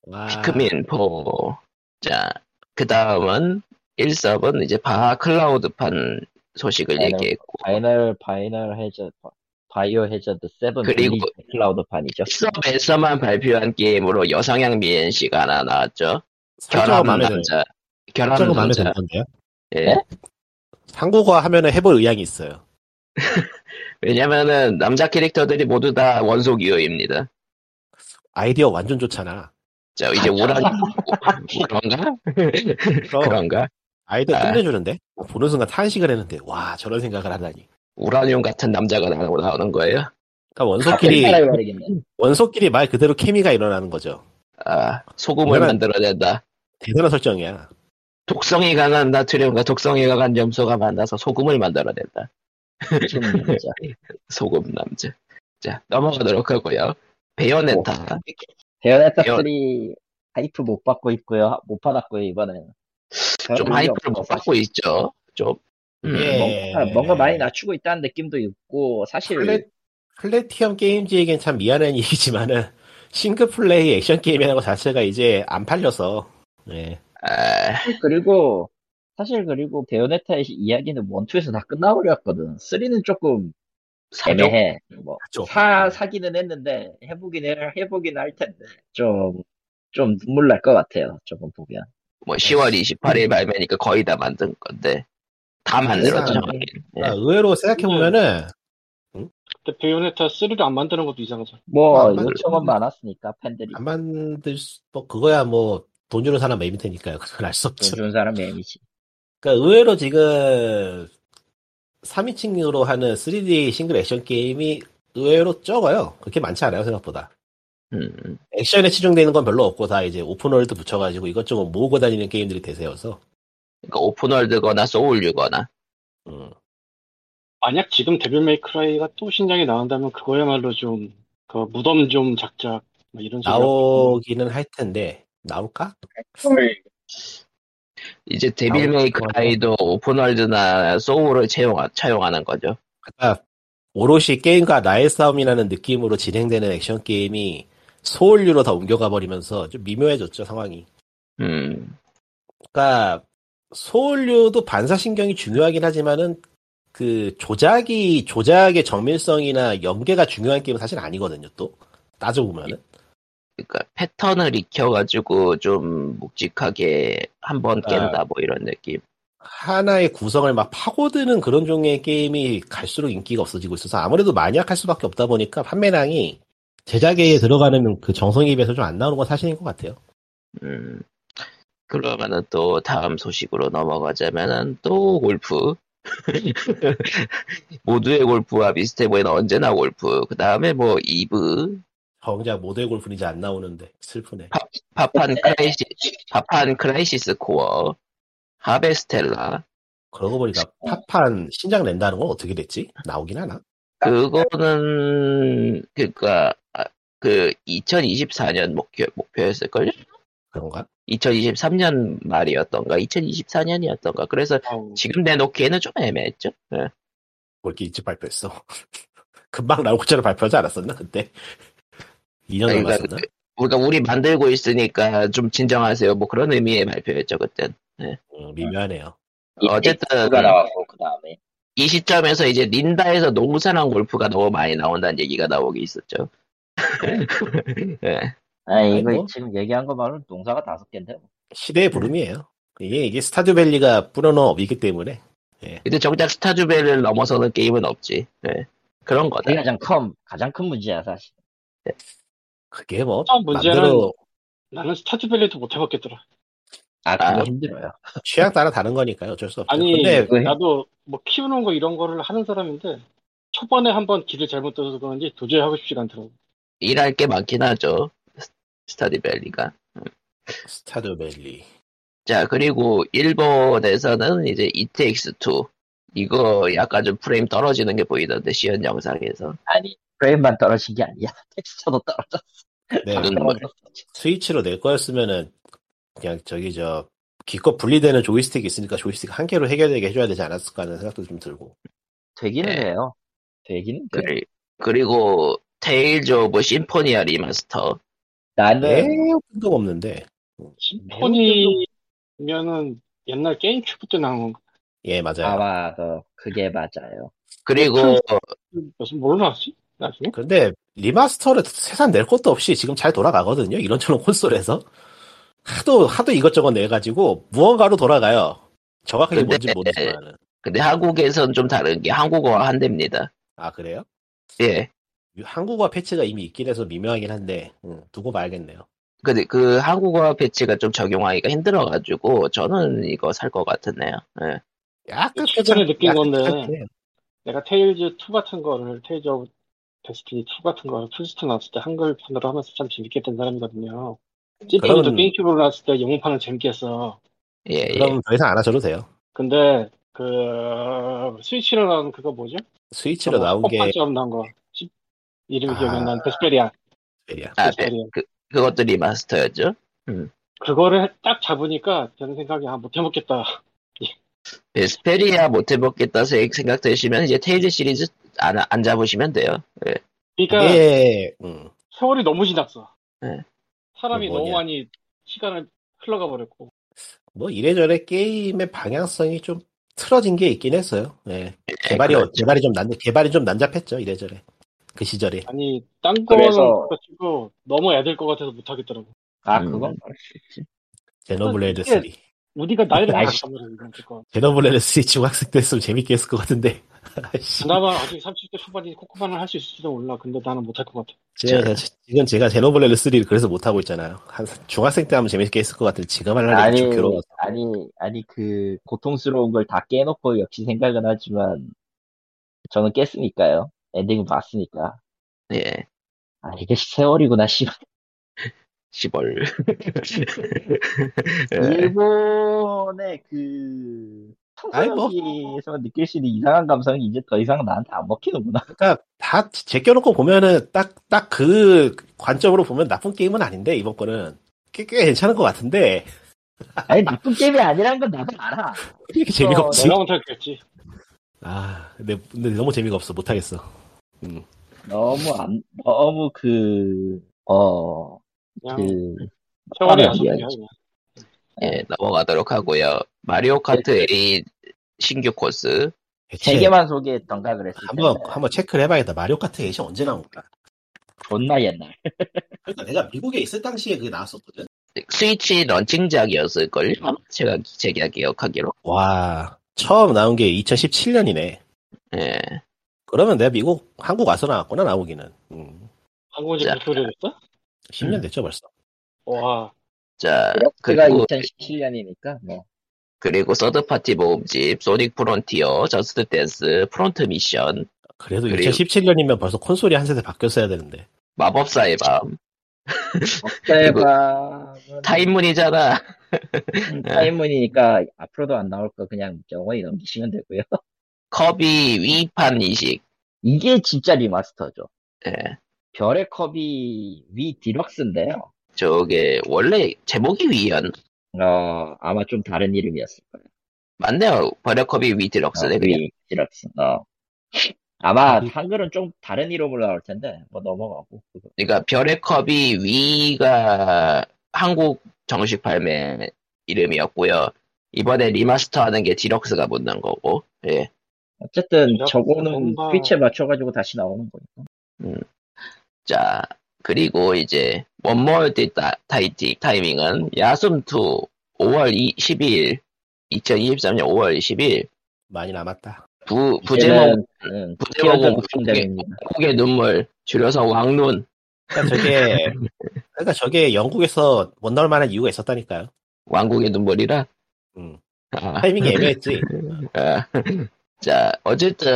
S3: 와.
S1: 피크민 4. 자, 그 다음은 1섭은 이제 바 클라우드판 소식을
S2: 네,
S1: 얘기했고
S2: 바이널 바이널 해저 바이오 해저드 7
S1: 그리고-
S2: 클라우드판이죠.
S1: 1섭에서만 발표한 게임으로 여성향 미엔 씨가 하나 나왔죠.
S3: 설정은
S1: 결함
S3: 마음에 드는,
S1: 남자.
S3: 설정은
S1: 결함
S3: 마음에 드는 어?
S1: 남자.
S3: 건데요.
S1: 예.
S3: 한국어 하면은 해볼 의향이 있어요.
S1: 왜냐면은 남자 캐릭터들이 모두 다 원소 기호입니다.
S3: 아이디어 완전 좋잖아.
S1: 자, 이제 우란 그런가?
S3: 그럼
S1: 그런가?
S3: 아이디어
S1: 아.
S3: 끝내주는데 보는 순간 탄식을 했는데 와 저런 생각을 하다니.
S1: 우라늄 같은 남자가 나오- 나오는 거예요.
S3: 그러니까 원소끼리
S2: 따라해 버리겠네.
S3: 원소끼리 말 그대로 케미가 일어나는 거죠.
S1: 아, 소금을
S3: 그러면-
S1: 만들어낸다.
S3: 대단한 설정이야.
S1: 독성이 강한 나트륨과 독성이 강한 염소가 만나서 소금을 만들어낸다.
S2: 지금 진짜.
S1: 소금 남자. 자, 넘어가도록 하고요. 베요네타.
S2: 베어네타
S1: 베어-
S2: 3 하이프 못 받고 있고요. 못 받았고요 이번에는.
S1: 좀 하이프를 못 받고 있죠. 좀. 음,
S3: 예.
S2: 뭔가, 뭔가 많이 낮추고 있다는 느낌도 있고 사실
S3: 플랫, 플래티엄 게임즈에겐 참 미안한 얘기지만은 싱글 플레이 액션 게임이라는 것 자체가 이제 안 팔려서 예.
S1: 아,
S2: 그리고 사실 그리고 베어네타의 이야기는 원투에서 다 끝나버렸거든. 3는 조금
S1: 사족.
S2: 애매해. 뭐
S3: 그렇죠.
S2: 사, 사기는 했는데 해보긴 해, 해보긴 할 텐데 좀, 좀 눈물 날 것 같아요. 조금 보면.
S1: 뭐 10월 28일 발매니까 거의 다 만든 건데. 다 만들었죠.
S3: 세상에. 그러니까 의외로 생각해 보면은
S4: 근데 베요네타 3를 안 만드는 것도 이상하죠.
S2: 뭐
S3: 아,
S2: 요청은 많았으니까 팬들이
S3: 안 만들 수, 뭐 그거야 뭐 돈 주는 사람 매입이 테니까요. 그건 알 수
S2: 돈
S3: 없죠.
S2: 주는 사람 매미지.
S3: 그러니까 의외로 지금 3인칭으로 하는 3D 싱글 액션 게임이 의외로 적어요. 그렇게 많지 않아요 생각보다.
S1: 음,
S3: 액션에 치중되는 건 별로 없고 다 이제 오픈월드 붙여가지고 이것저것 모으고 다니는 게임들이 대세여서.
S1: 그러니까 오픈월드거나 소울류거나.
S3: 음.
S4: 만약 지금 데빌 메이크라이가 또 신작이 나온다면 그거야말로 좀, 그 무덤 좀 작작, 뭐 이런 소리.
S3: 나오기는 할 텐데 나올까?
S1: 이제 데빌
S3: 나오는
S1: 메이크
S3: 거죠.
S1: 아이도 오픈월드나 소울을 채용, 차용하는 거죠.
S3: 그러니까 오롯이 게임과 나의 싸움이라는 느낌으로 진행되는 액션 게임이 소울류로 다 옮겨가 버리면서 좀 미묘해졌죠 상황이.
S1: 음,
S3: 그러니까 소울류도 반사신경이 중요하긴 하지만은 그 조작이 조작의 정밀성이나 연계가 중요한 게임은 사실 아니거든요 또 따져 보면은
S1: 그러니까 패턴을 익혀가지고 좀 묵직하게 한
S3: 아.
S1: 번 깬다 뭐 이런 느낌.
S3: 하나의 구성을 막 파고드는 그런 종류의 게임이 갈수록 인기가 없어지고 있어서 아무래도 만약할 수밖에 없다 보니까 판매량이 제작에 들어가는 그 정성에 비해서 좀 안 나오는 건 사실인 것 같아요.
S1: 음, 그러면은 또 다음 소식으로 넘어가자면은 또 골프. 모두의 골프와 비슷해 보이는 언제나 골프. 그 다음에 뭐 이브,
S3: 정작 모델 골프는 이제 안 나오는데 슬프네.
S1: 파판 크라이시, 파판 크라이시스 코어, 하베스텔라.
S3: 그러고 보니까 팝판 신작 낸다는 건 어떻게 됐지? 나오긴 하나?
S1: 그거는 그니까 그 2024년 목표 목표였을걸요?
S3: 그런가?
S1: 2023년 말이었던가 2024년이었던가 그래서
S4: 아우,
S1: 지금 내놓기에는 좀 애매했죠. 예.
S3: 그렇게 일찍 발표했어. 금방 나올 것처럼 발표하지 않았었나 그때? 2년
S1: 아니,
S3: 넘었었나?
S1: 우리가 우리 만들고 있으니까 좀 진정하세요. 뭐 그런 의미의 발표였죠 그땐.
S3: 음, 미묘하네요.
S1: 어쨌든
S2: 가 나왔고 그 다음에
S1: 이 시점에서 이제 린다에서 농산한 골프가 너무 많이 나온다는 얘기가 나오기 있었죠. 예.
S2: 아 이거
S3: 아이고.
S2: 지금 얘기한 거 말로는 농사가 다섯 개인데 뭐.
S3: 시대의 부름이에요. 이게 이게 스타듀밸리가 뿌려놓은 업이기 때문에
S1: 근데 정작 스타주벨을 넘어서는 게임은 없지. 예. 그런 거다.
S2: 그게 가장 큰 가장 큰 문제야 사실.
S3: 그게 뭐
S4: 참 문제는-
S3: 만들어
S4: 나는 스타듀밸리도 못 해봤겠더라.
S2: 아, 그거
S1: 아.
S2: 힘들어요.
S3: 취향 따라 다른 거니까요. 어쩔 수 없죠.
S4: 아니
S3: 근데
S2: 그-
S4: 나도 뭐 키우는 거 이런 거를 하는 사람인데 초반에 한번 길을 잘못 떠서 그런지 도저히 하고 싶지가 않더라고.
S1: 일할 게 많긴 하죠. 스- 스타디밸리가.
S3: 스타드밸리
S1: 자, 그리고 일본에서는 이제 ETX2. 이거 약간 좀 프레임 떨어지는 게 보이던데, 시연 영상에서.
S2: 아니, 프레임만 떨어진 게 아니야. 텍스처도 떨어져.
S3: 네,
S1: 아, 눈물.
S2: 떨어졌어.
S3: 스위치로 낼 거였으면은 그냥 저기 저 기껏 분리되는 조이스틱이 있으니까 조이스틱 한 개로 해결되게 해줘야 되지 않았을까 하는 생각도 좀 들고
S2: 되기는
S1: 네.
S2: 해요. 되기는 돼.
S1: 그리- 그리고 테일즈 오브 심포니아 리마스터.
S3: 네
S2: 나는
S3: 뜬금없는데
S4: 심포니면은 옛날 게임큐브 때 나온 건가?
S3: 예 맞아요
S2: 아마 더 그게 맞아요.
S1: 그리고
S4: 무슨 뭘로 나왔지? 나중에?
S3: 근데 리마스터를 세상 낼 것도 없이 지금 잘 돌아가거든요 이런저런 콘솔에서 하도 하도 이것저것 내가지고 무언가로 돌아가요 정확하게 뭔지
S1: 근데-
S3: 모르지만
S1: 근데 한국에선 좀 다른 게 한국어가 한대입니다.
S3: 아 그래요?
S1: 예.
S3: 한국어 패치가 이미 있긴 해서 미묘하긴 한데 음, 두고 봐야겠네요
S1: 근데 그 한국어 배치가 좀 적용하기가 힘들어가지고 저는 이거 살 것 같았네요. 예.
S3: 약간
S4: 최근에
S3: 괜찮-
S4: 느낀
S3: 약간
S4: 건데.
S3: 괜찮긴 해요.
S4: 내가 테일즈 2 같은 거를 테일즈 오브 데스티니 2 같은 거를 플스트 나왔을 때 한글판으로 하면서 참 재밌게 된 사람이거든요. 찌빵도
S3: 그럼-
S4: 게임큐브로 나왔을 때 영문판은 재밌게 했어.
S1: 예, 예.
S3: 그럼 더 이상 안 하셔도 돼요
S4: 근데 그 스위치로 나온 그거 뭐죠?
S3: 스위치로 나온 게
S4: 헛발처럼 나온 거 시- 이름이
S3: 아.
S4: 기억이 안 나는데 베스페리아
S3: 베리야.
S1: 아, 네.
S4: 베스페리아
S1: 그것도 리마스터였죠.
S4: 그거를 딱 잡으니까 드는 생각이 아 못해먹겠다
S1: 예, 베스페리아 못 해먹겠다 생각 되시면 이제 테일즈 시리즈 안, 안 잡으시면 돼요. 예.
S4: 그러니까
S3: 예, 음.
S4: 세월이 너무 지났어
S1: 네.
S4: 사람이
S3: 그 뭐냐.
S4: 너무 많이 시간을 흘러가 버렸고
S3: 뭐 이래저래 게임의 방향성이 좀 틀어진 게 있긴 했어요. 예. 개발이 어-
S1: 그렇죠.
S3: 개발이 좀 난, 개발이 좀 난잡했죠 이래저래 그 시절에.
S4: 아니 딴 거는
S2: 그래서-
S4: 그렇고 너무 애들 것 같아서 못하겠더라고
S2: 아,
S1: 음.
S2: 그건 그럴 수 있지.
S3: 제노블레이드
S4: 이게-
S3: 3.
S4: 우리가 나이를
S3: 아이씨.
S4: 먹었단 말이야 이건 그거.
S3: 제노블레이드 3 지금 학습됐으면 재밌게 했을 것 같은데. 아이씨.
S4: 그나마 아직 30대 초반이 코코만을 할 수 있을지도 몰라 근데 나는 못할 것 같아
S3: 제가- 지금 제가 제노블레이드 3를 그래서 못 하고 있잖아요. 한 중학생 때 하면 재밌게 했을 것 같은데 지금 하려니
S2: 아니,
S3: 좀 괴로워서.
S2: 아니, 아니, 그, 고통스러운 걸 다 깨놓고 역시 생각은 하지만, 저는 깼으니까요. 엔딩은 봤으니까.
S1: 예.
S2: 아, 이게 세월이구나, 씨발.
S1: 시벌. 예.
S2: 일본의 그,
S3: 아이, 뭐.
S2: 통상에서 느낄 수 있는 이상한 감성이 이제 더 이상 나한테 안 먹히는구나.
S3: 그러니까 다 제껴놓고 보면은 딱 딱 그 관점으로 보면 나쁜 게임은 아닌데 이번 거는 꽤, 꽤 괜찮은 것 같은데
S2: 아니, 나쁜 게임이 아니란 건 나도 알아.
S3: 왜 이렇게 재미가
S2: 어,
S3: 없지?
S4: 내가 못하겠지
S3: 아, 근데, 근데 너무 재미가 없어. 못하겠어.
S2: 너무 안, 너무 그, 어,
S4: 그냥
S2: 그,
S4: 세월이
S2: 아,
S4: 야속해요
S2: 미안해.
S4: 그냥.
S1: 예, 넘어가도록 하고요. 마리오 카트 A 신규 코스.
S2: 세
S3: 대체
S2: 개만 소개했던가 그랬을
S1: 아,
S2: 텐데.
S1: 뭐.
S3: 한번 한번 체크를 해봐야겠다. 마리오 카트 에이션 언제 나올까?
S2: 존나 옛날.
S3: 그러니까 내가 미국에 있을 당시에 그게 나왔었거든.
S1: 스위치 런칭작이었을걸요? 아마 제가, 제가 기억하기로.
S3: 와, 처음 나온 게 2017년이네.
S1: 예.
S3: 그러면 내가 미국 한국 와서 나왔구나 나오기는. 음,
S4: 한국은 이제
S1: 자.
S4: 그렇게 오래됐어?
S3: 10년
S1: 음.
S3: 됐죠 벌써.
S4: 와
S1: 자,
S2: 제가
S1: 아, 그리고,
S2: 2017년이니까, 뭐.
S1: 그리고 서드파티 모음집, 소닉 프론티어, 저스트 댄스, 프론트 미션,
S3: 그래도
S1: 그래요.
S3: 2017년이면 벌써 콘솔이 한 세대 바뀌었어야 되는데.
S1: 마법사의 밤.
S2: 업데이가
S1: 타임문이잖아. 네.
S2: 타임문이니까 앞으로도 안 나올 거 그냥 영원히 넘기시면 되고요.
S1: 컵이 위판 이식.
S2: 이게 진짜 리마스터죠.
S1: 예.
S2: 별의 컵이 위 디럭스인데요.
S1: 저게, 원래 제목이 위였나?
S2: 어, 아마 좀 다른 이름이었을 거예요.
S1: 맞네요. 버려컵이 아, 위
S2: 어,
S1: 디럭스네, 그냥.
S2: 위 디럭스. 어. 아마
S3: 음.
S2: 한글은 좀 다른 이름으로 나올 텐데 뭐 넘어가고. 그거.
S1: 그러니까 별의 컵이 위가 한국 정식 발매 이름이었고요. 이번에 리마스터하는 게 디럭스가 붙는 거고. 예.
S2: 어쨌든
S4: 디럭스
S2: 저거는
S4: 뭔가-
S2: 스위치에 맞춰가지고 다시 나오는 거니까.
S1: 자 그리고 이제 원몰 타이티 타이밍은 야숨 2 5월 12일 2023년 5월 12일
S3: 많이 남았다.
S1: 부 부제목
S2: 이제는 음,
S1: 부제목은
S2: 공개됩니다.
S1: 국의 눈물 줄여서 왕눈
S3: 그러니까 저게 그러니까 저게 영국에서 못 나올 만한 이유가 있었다니까요.
S1: 왕국의 눈물이라.
S3: 음.
S1: 아,
S3: 타이밍이 애매했지.
S1: 아. 자, 어쨌든,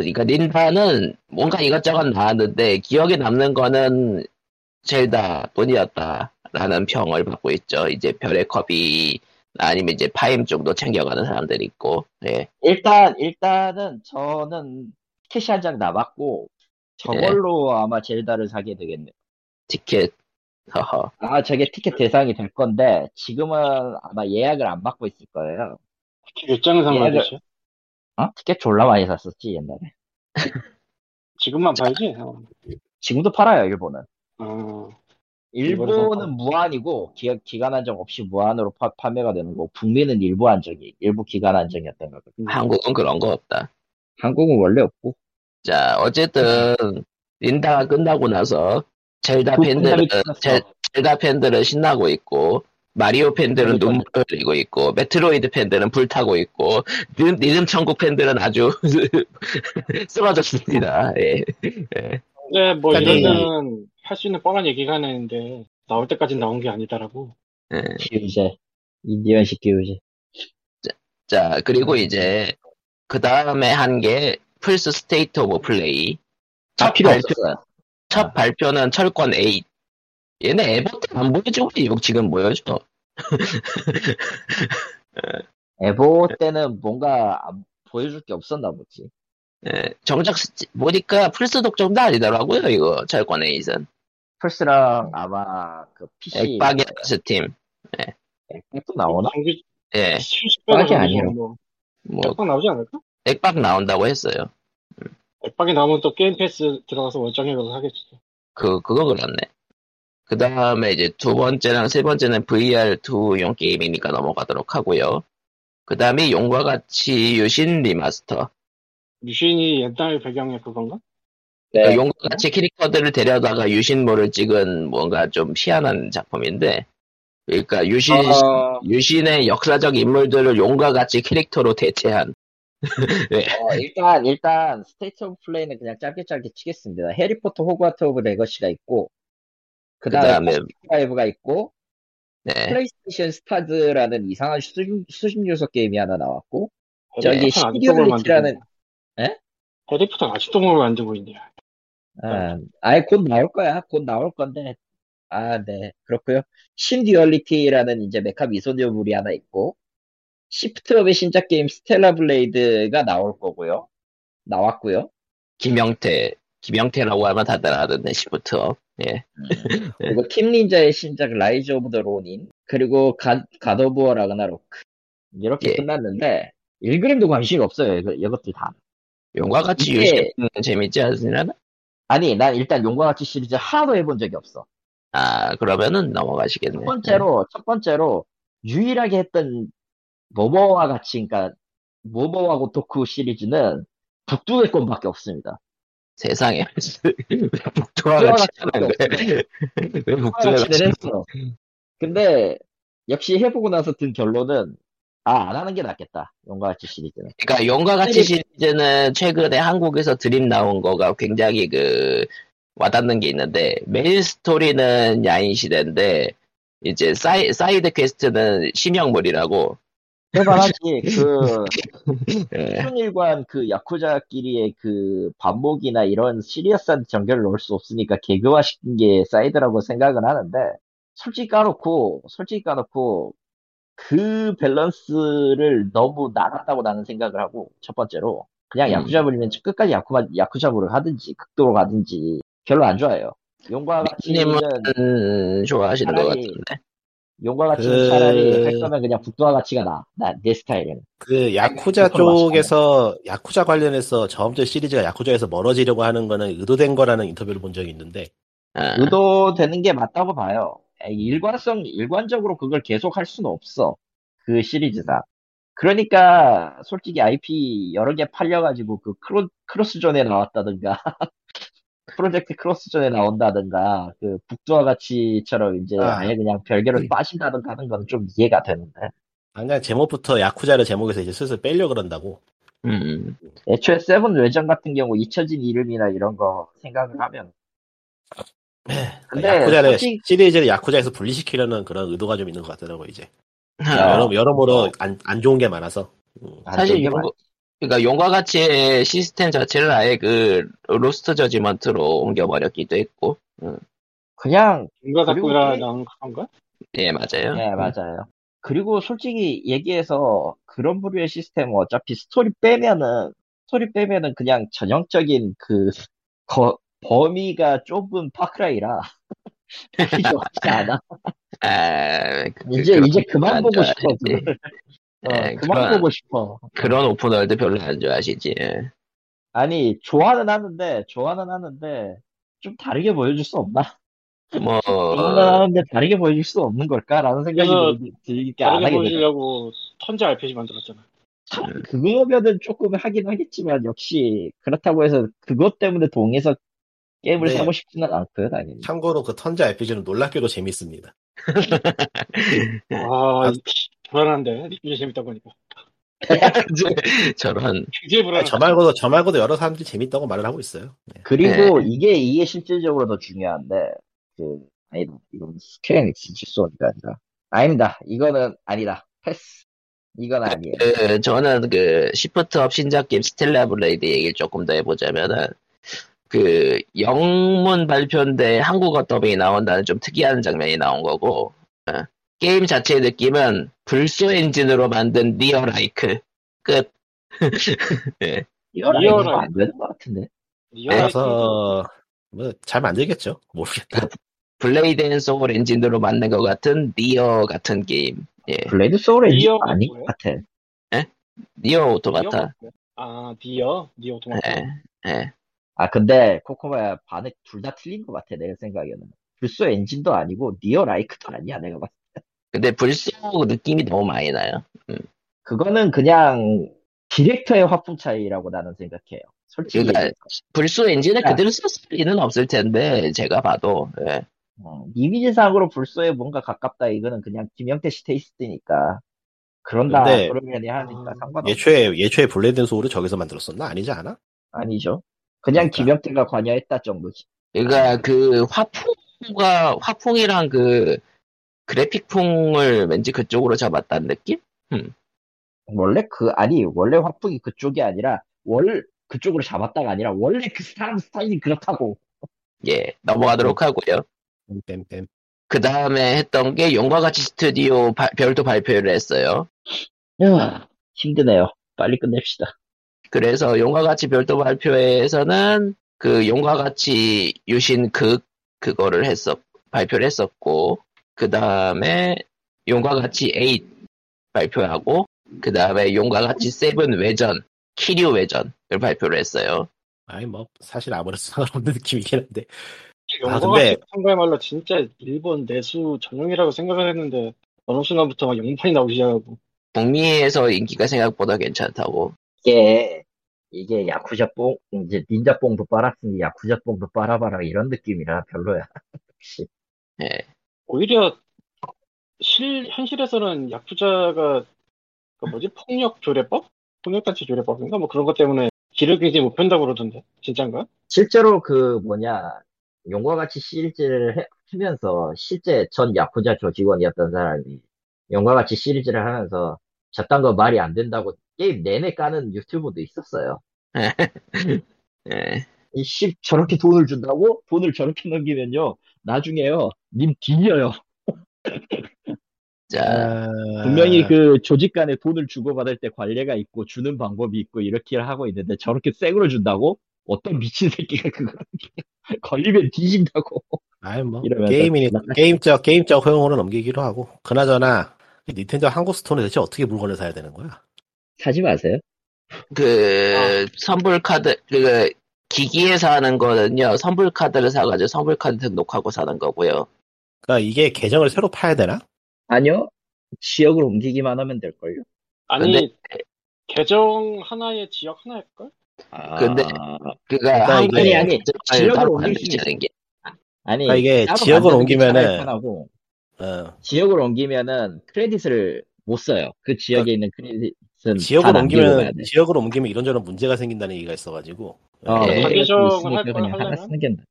S1: 그러니까 닌파는 뭔가 이것저것 나왔는데 기억에 남는 거는 젤다 뿐이었다라는 평을 받고 있죠. 이제 별의 컵이 아니면 이제 파임 쪽도 챙겨가는 사람들이 있고, 네.
S2: 일단 일단은 저는 티켓이 한 장 남았고 저걸로 아마 젤다를 사게 되겠네요.
S1: 티켓, 허허.
S2: 아 저게 티켓 대상이 될 건데 지금은 아마 예약을 안 받고 있을 거예요.
S4: 특히 몇장상
S2: 얘를-
S4: 받으세요?
S2: 어? 티켓 졸라 많이 샀었지 옛날에.
S4: 지금만 봐야지. 어.
S2: 지금도 팔아요 일본은.
S4: 어.
S2: 일본은 무한이고 기, 기간 한정 없이 무한으로 파- 판매가 되는 거고 북미는 일부 한정이 일부 기간 한정이었던 거거든.
S1: 한국은 그런 거 없다.
S2: 한국은 원래 없고.
S1: 자, 어쨌든 린다가 끝나고 나서 젤다
S2: 그
S1: 팬들은
S2: 분담이 끝났어.
S1: 젤, 젤다 팬들은 신나고 있고 마리오 팬들은
S2: 그러니까요.
S1: 눈물 흘리고 있고 메트로이드 팬들은 불타고 있고 리- 리듬 천국 팬들은 아주 쓰러졌습니다. 예.
S4: 근데 뭐
S1: 아니.
S4: 이런
S2: 네.
S4: 데는 할 수 있는 뻔한 얘기가 하나 있는데 나올 때까지 나온 게 아니다라고.
S1: 예.
S2: 기우제 인디언식 기우제.
S1: 자, 그리고 이제 그 다음에 한 게 플스 스테이트 오브 플레이 첫
S2: 다 아, 필요
S1: 발표
S2: 없었어요. 아.
S1: 첫 발표는 철권 8. 얘네 에버트 안 보여줘 우리 이거 지금 보여줘.
S2: 에보 때는 뭔가 안- 보여줄 게 없었나 보지.
S1: 예, 정작 스- 보니까 플스 독점도 아니더라고요 이거 철권 에이선
S2: 플스랑 아마 그 PC
S1: 액박이 스팀
S2: 액박도 나오나?
S4: 정규
S1: 예,
S4: 실시간으로
S2: 빡이 아니라.
S4: 정규 뭐
S1: 뭐
S4: 빡빡 나오지 않을까?
S1: 액박 나온다고 했어요
S4: 액박이 나오면 또 게임 패스 들어가서 원정이라도 하겠지.
S1: 그 그거 그렇네 그 다음에 이제 두 번째랑 세 번째는 VR2용 게임이니까 넘어가도록 하고요 그 다음에 용과 같이 유신 리마스터
S4: 유신이 옛날 배경에 그건가?
S2: 네.
S1: 그러니까 용과 같이 캐릭터들을 데려다가 유신모를 찍은 뭔가 좀 희한한 작품인데 그러니까 유신
S3: 아,
S2: 어,
S1: 유신의 역사적 인물들을 용과 같이 캐릭터로 대체한
S2: 어, 일단 일단 스테이트 오브 플레이는 그냥 짧게 짧게 치겠습니다. 해리포터 호그와트 오브 레거시가 있고 그 다음에
S1: 그다음에
S2: 파이브가 있고
S1: 네.
S2: 플레이스테이션 스타즈라는 이상한 수십, 수십 요소 게임이 하나 나왔고 저기
S4: 해리포터는 어, 아직도 뭘 만들고
S2: 시리얼리티라는-
S4: 있냐?
S2: 에?
S4: 해리포터는 아직도 뭘 만들고 있냐?
S2: 아,
S1: 그렇죠.
S2: 아예 곧 나올 거야. 곧 나올 건데. 아, 네. 그렇고요. 신듀얼리티라는 이제 메카 미소녀물이 하나 있고, 시프트업의 신작 게임 스텔라 블레이드가 나올 거고요. 나왔고요.
S1: 김영태, 김영태라고 하면 다들 아는데, 시부터. 예.
S2: 그리고 킴닌자의 신작 라이즈 오브 더 로닌, 그리고 갓, 갓 오브 워 라그나로크. 이렇게
S1: 예.
S2: 끝났는데, 1그램도 관심이 없어요. 이거, 이것들 다.
S1: 용과 같이
S2: 이게-
S1: 유시는 재밌지 않으나?
S2: 아니, 난 일단 용과 같이 시리즈 하나도 해본 적이 없어.
S1: 아, 그러면은 넘어가시겠네.
S2: 첫 번째로, 첫 번째로, 유일하게 했던 모모와 같이, 그러니까, 모모와 고토쿠 시리즈는 북두의권밖에 없습니다.
S1: 네. 세상에. 왜 북두와
S2: 아,
S1: 같이 하는 거야? 왜 북두와 같이.
S2: 했어. 음. 근데, 역시 해보고 나서 든 결론은, 아, 안 하는 게 낫겠다. 용과 같이 시리즈는.
S1: 그러니까 용과 같이 시리즈는 최근에 한국에서 드림 나온 거가 굉장히 그, 와닿는 게 있는데, 메인 스토리는 야인시대인데, 이제 사이, 사이드 퀘스트는 심형물이라고,
S2: 해봐라지, 그,
S1: 예.
S2: 순일관 그 야쿠자끼리의 그 반목이나 이런 시리어스한 전개를 넣을 수 없으니까 개그화시킨 게 사이드라고 생각은 하는데 솔직히 까놓고 솔직히 까놓고 그 밸런스를 너무 나갔다고 나는 생각을 하고 첫 번째로 그냥
S1: 음.
S2: 야쿠자물이면 끝까지 야쿠마, 야쿠자물을 하든지 극도로 가든지 별로 안 좋아요. 용과 같이
S1: 미키님은
S2: 는
S1: 음, 좋아하시는 것
S2: 차라리-
S1: 같은데.
S2: 용과 같이 는
S3: 그-
S2: 차라리 할 거면 그냥 북도와 같이가 나. 나 내 스타일에는.
S3: 그 야쿠자
S2: 그건 맞아요.
S3: 쪽에서 야쿠자 관련해서 점점 시리즈가 야쿠자에서 멀어지려고 하는 거는 의도된 거라는 인터뷰를 본 적이 있는데
S1: 아.
S2: 의도되는 게 맞다고 봐요. 일관성, 일관적으로 그걸 계속 할 수는 없어. 그 시리즈다. 그러니까, 솔직히 IP 여러 개 팔려가지고, 그 크로, 크로스존에 나왔다든가, 프로젝트 크로스존에 나온다든가, 그 북두와 같이처럼 이제
S3: 아.
S2: 아예 그냥 별개로 빠진다든가 하는 건 좀 이해가 되는데.
S3: 아, 그냥 제목부터 야쿠자를 제목에서 이제 슬슬 빼려 그런다고
S1: 음,
S2: 애초에 세븐 외전 같은 경우 잊혀진 이름이나 이런 거 생각을 하면.
S3: 그러니까
S2: 근데
S3: 그 야쿠자를
S2: 솔직히-
S3: 시리즈를 야쿠자에서 분리시키려는 그런 의도가 좀 있는 것 같더라고 이제
S1: 아,
S3: 여러,
S2: 어.
S3: 여러모로 안, 안 좋은 게 많아서. 음.
S2: 안
S1: 사실
S2: 좋은 게
S1: 이거-
S2: 많-
S1: 그러니까 용과 같이 시스템 자체를 아예 그 로스트 저지먼트로 옮겨버렸기도 했고
S2: 그냥
S4: 뭔가
S2: 그리고
S4: 갖고 일하
S2: 게임-
S4: 나온 그런가?
S1: 예 맞아요
S2: 네, 맞아요. 그리고 솔직히 얘기해서 그런 부류의 시스템은 어차피 스토리 빼면은, 스토리 빼면은 그냥 전형적인 그, 거- 범위가 좁은 파크라이라. 그게 좋지 않아.
S1: 아, 그-
S2: 이제,
S1: 그런
S2: 이제
S1: 거
S2: 그만
S1: 안
S2: 보고
S1: 좋아하시지.
S2: 싶어. 그거. 어,
S1: 네,
S2: 그만
S1: 그만.
S2: 보고 싶어.
S1: 그런 오픈월드 별로 안 좋아하시지 예.
S2: 아니, 좋아는 하는데, 좋아는 하는데, 좀 다르게 보여줄 수 없나?
S1: 뭐
S2: 좋아는 하는데 다르게 보여줄 수 없는 걸까라는 생각이
S4: 어. 그래서
S2: 들- 들니까 안
S4: 다르게
S2: 하게 되더라고.
S4: 보시려고 턴제 RPG 만들었잖아.
S1: 음.
S2: 그거면은 조금 하긴 하겠지만 역시 그렇다고 해서 그것 때문에 동해서 게임을
S3: 네.
S2: 사고 싶지는 않고요 당연히
S3: 참고로 그 턴자 RPG는 놀랍게도 재밌습니다.
S4: 아,
S2: 네.
S3: 아.
S4: 이- 불안한데. 느낌이 재밌다 보니까.
S1: 저런
S4: 굉장히
S2: 음.
S3: 아,
S4: 불안해.
S3: 저 말고도, 저 말고도 여러 사람들이 재밌다고 말을 하고 있어요. 네.
S2: 그리고 이게 이게 실질적으로 더 중요한데 그 아니다 이건 스퀘어닉스 실수가 아니라 아닙니다 이거는 아니다 패스 이건 아니에요
S1: 그 저는 그 시프트 업 신작 게임 스텔라 블레이드 얘기를 조금 더 해보자면은 그 영문 발표인데 한국어 더빙이 나온다는 좀 특이한 장면이 나온 거고 어, 게임 자체의 느낌은 불소 엔진으로 만든 리어 라이크 끝
S2: 이건
S4: 리얼
S2: 아니면
S4: 아니-
S2: 안 되는 것 같은데
S3: 아,
S2: 네.
S4: 리얼
S3: 그래서, 뭐, 잘 만들겠죠. 모르겠다.
S2: 음.
S1: 블레이드 앤 소울 엔진으로 만든 것 같은 리어 같은 게임 예
S2: 블레이드 소울의
S4: 리얼
S2: 아닌 것
S4: 뭐예요?
S2: 같아
S1: 리어
S4: 아이티
S1: 오토마타
S4: 디어? 아, 디어? 디어 오토마타.
S2: 네.
S1: 예, 예.
S2: 아 근데 코코마야 반에 둘 다 틀린 것 같아 내 생각에는 불소 엔진도 아니고 니어 라이크도 아니야 내가 봤을 때
S1: 근데 불소 느낌이 너무 많이 나요
S2: 그거는 그냥 디렉터의 화풍 차이라고 나는 생각해요. 솔직히.
S1: 그러니까
S2: 얘기해서.
S1: 불소 엔진을
S2: 아.
S1: 그대로 쓸 리는 없을 텐데 제가 봐도 예.
S2: 어, 이미지상으로 불소에 뭔가 가깝다 이거는 그냥 김영태 씨 테이스트니까. 그런다
S3: 근데-
S2: 그러면 하니까
S4: 음,
S2: 상관없어.
S3: 예초에, 예초에 블레이드 소울을 저기서 만들었었나? 아니지 않아?
S2: 아니죠. 그냥
S3: 그러니까.
S2: 김영태가 관여했다 정도지.
S1: 그러니까 그 화풍과 화풍이랑 그 그래픽풍을 왠지 그쪽으로 잡았다는 느낌?
S2: 원래 그 아니 원래 화풍이 그쪽이 아니라 월 그쪽으로 잡았다가 아니라 원래 그 사람 스타일이 그렇다고.
S1: 예, 넘어가도록 하고요.
S3: 뺨뺨.
S1: 그 다음에 했던 게 용과 같이 스튜디오 바- 별도 발표를 했어요.
S2: 야, 힘드네요. 빨리 끝냅시다.
S1: 그래서 용과 같이 별도 발표회에서는 그 용과 같이 유신극 그거를 했었 발표를 했었고 그 다음에 용과 같이 8 발표하고 그 다음에 용과 같이 7 외전 키류 외전을 발표를 했어요.
S3: 아니, 뭐, 사실 아무런 상관없는 느낌이긴 한데.
S4: 영
S3: 아,
S4: 국
S3: 근데-
S4: 같은 한거야말로 진짜 일본 내수 전용이라고 생각을 했는데 어느 순간부터 막 영판이 나오기 시작하고
S1: 북미에서 인기가 생각보다 괜찮다고.
S2: 이게 이게 야쿠자 뽕 이제 닌자 뽕도 빨았으니 야쿠자 뽕도 빨아봐라 이런 느낌이라 별로야. 역시.
S4: 오히려 실 현실에서는 야쿠자가 그 뭐지 폭력 조례법, 폭력단체 조례법인가 뭐 그런 것 때문에 길을 굉장히 못 편다고 그러던데 진짠가?
S2: 실제로 그 뭐냐 용과 같이 시리즈를 해- 하면서 실제 전 야쿠자 조직원이었던 사람이 용과 같이 시리즈를 하면서 저딴 거 말이 안 된다고 게임 내내 까는 유튜브도 있었어요.
S1: 예.
S2: 이씨 저렇게 돈을 준다고 돈을 저렇게 넘기면요 나중에요 님 뒤져요.
S1: 자,
S2: 아,
S3: 아,
S2: 분명히 그 조직 간에 돈을 주고받을 때 관례가 있고 주는 방법이 있고 이렇게 하고 있는데 저렇게 쌩으로 준다고? 어떤 미친 새끼가 그걸 걸리면 뒤진다고.
S3: 아니 뭐
S2: 이러면서
S3: 게임이니
S2: 지나가-
S3: 게임적 게임적 허용으로 넘기기로 하고 그나저나 이 닌텐도 한국 스톤에 대체 어떻게 물건을 사야 되는 거야?
S2: 사지 마세요.
S1: 그 선불 카드 그 기기에서 하는 거는요. 선불 카드를 사가지고 선불 카드 등록하고 사는 거고요.
S3: 그러니까 이게 계정을 새로 파야 되나?
S2: 아니요. 지역을 옮기기만 하면 될걸요.
S4: 아니
S1: 근데-
S4: 계정 하나의 지역 하나일걸?
S2: 아.
S1: 근데- 그러니까
S3: 일단
S1: 한국에
S3: 이게-
S2: 아니, 아니,
S1: 접근을
S2: 지역을
S1: 따로
S2: 옮길
S1: 만들지
S2: 수
S1: 않은 게
S2: 아니
S3: 그러니까 이게
S2: 따로
S3: 지역을
S2: 만드는 게
S3: 옮기면은-
S2: 차라리 편하고,
S3: 어,
S2: 지역을 옮기면은 크레딧을 못 써요. 그 지역에 있는 크레딧은
S3: 그러니까 지역을
S2: 다 남기고 가야
S3: 옮기면
S2: 돼.
S3: 지역을 옮기면 이런저런 문제가 생긴다는 얘기가 있어가지고 그러니까
S2: 어,
S1: 예.
S2: 문제가 좀
S4: 자기적으로
S2: 있으니까
S4: 할걸
S2: 그냥 하나
S4: 하려면?
S2: 쓰는 게 나-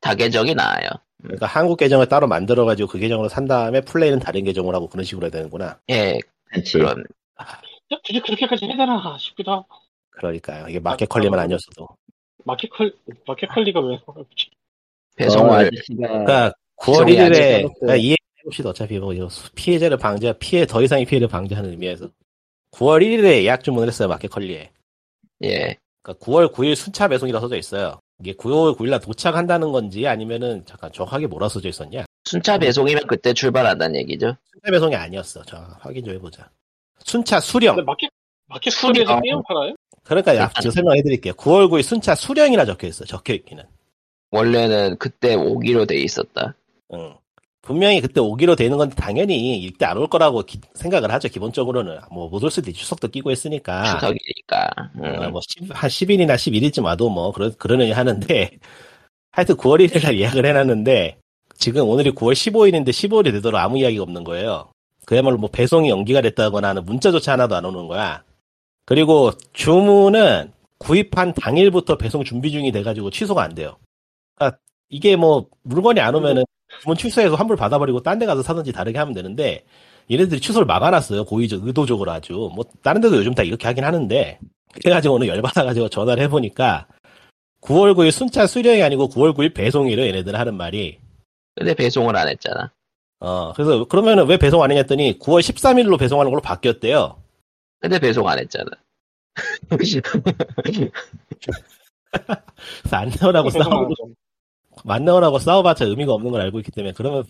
S1: 다계정이 나아요.
S3: 그러니까 한국 계정을 따로 만들어가지고 그 계정으로 산 다음에 플레이는 다른 계정으로 하고 그런 식으로 해야 되는구나.
S1: 예,
S2: 그렇지.
S1: 그런.
S4: 야, 굳이 그렇게까지 해야 되나 싶기도 하고
S3: 그러니까요. 이게 마켓 컬리만 아니었어도.
S4: 마켓컬 마켓컬리가 왜 그러지?
S2: 어,
S1: 배송을,
S2: 아저씨가
S3: 그러니까 9월
S1: 배송이
S3: 1일에
S1: 아직
S3: 그러니까 이해해봅시다. 어차피 뭐 이거 수- 피해자를 방제, 피해 더 이상의 피해를 방지하는 의미에서 9월 1일에 예약 주문을 했어요. 마켓 컬리에.
S1: 예,
S3: 그러니까 9월 9일 순차 배송이라 써져 있어요. 이게 9월 9일날 도착한다는 건지 아니면은 잠깐 정확하게 뭐라 써져 있었냐?
S1: 순차 배송이면 그때 출발한다는 얘기죠.
S3: 순차 배송이 아니었어. 저 확인 좀 해보자. 순차
S4: 근데
S3: 수령.
S4: 마켓
S1: 수리-
S4: 마켓컬리에서
S1: 어.
S4: 게임 팔아요?
S3: 그러니까 앞 제가 설명해드릴게요. 9월 9일 순차 수령이라 적혀 있어. 적혀 있기는.
S1: 원래는 그때 오기로 돼 있었다.
S3: 응. 분명히 그때 오기로 되는 건데 당연히 이때 안 올 거라고 기- 생각을 하죠. 기본적으로는 뭐 못 올 수도 있 추석도 끼고 했으니까.
S1: 추석이니까. 음.
S3: 어, 아. 뭐, 10, 한 10일이나 11일쯤 와도 뭐, 그러, 그러느니 하는데, 하여튼 9월 1일 날 예약을 해놨는데, 지금 오늘이 9월 15일인데 15일이 되도록 아무 이야기가 없는 거예요. 그야말로 뭐 배송이 연기가 됐다거나 하는 문자조차 하나도 안 오는 거야. 그리고 주문은 구입한 당일부터 배송 준비 중이 돼가지고 취소가 안 돼요. 그러니까 이게 뭐, 물건이 안 오면은 주문 취소해서 환불 받아버리고 딴 데 가서 사든지 다르게 하면 되는데, 얘네들이 취소를 막아놨어요. 고의적, 의도적으로 아주. 뭐, 다른 데도 요즘 다 이렇게 하긴 하는데, 그래가지고 오늘 열받아가지고 전화를 해보니까 9월 9일 순차 수령이 아니고 9월 9일 배송이래 얘네들 하는 말이
S1: 근데 배송을 안 했잖아.
S3: 어 그래서 그러면은 왜 배송 안 했냐 했더니 9월 13일로 배송하는 걸로 바뀌었대요
S1: 근데 배송 안 했잖아.
S3: 그래서 안
S4: 어,
S3: 나오라고 싸우고 안 나오라고 싸워봤자 의미가 없는 걸 알고 있기 때문에 그러면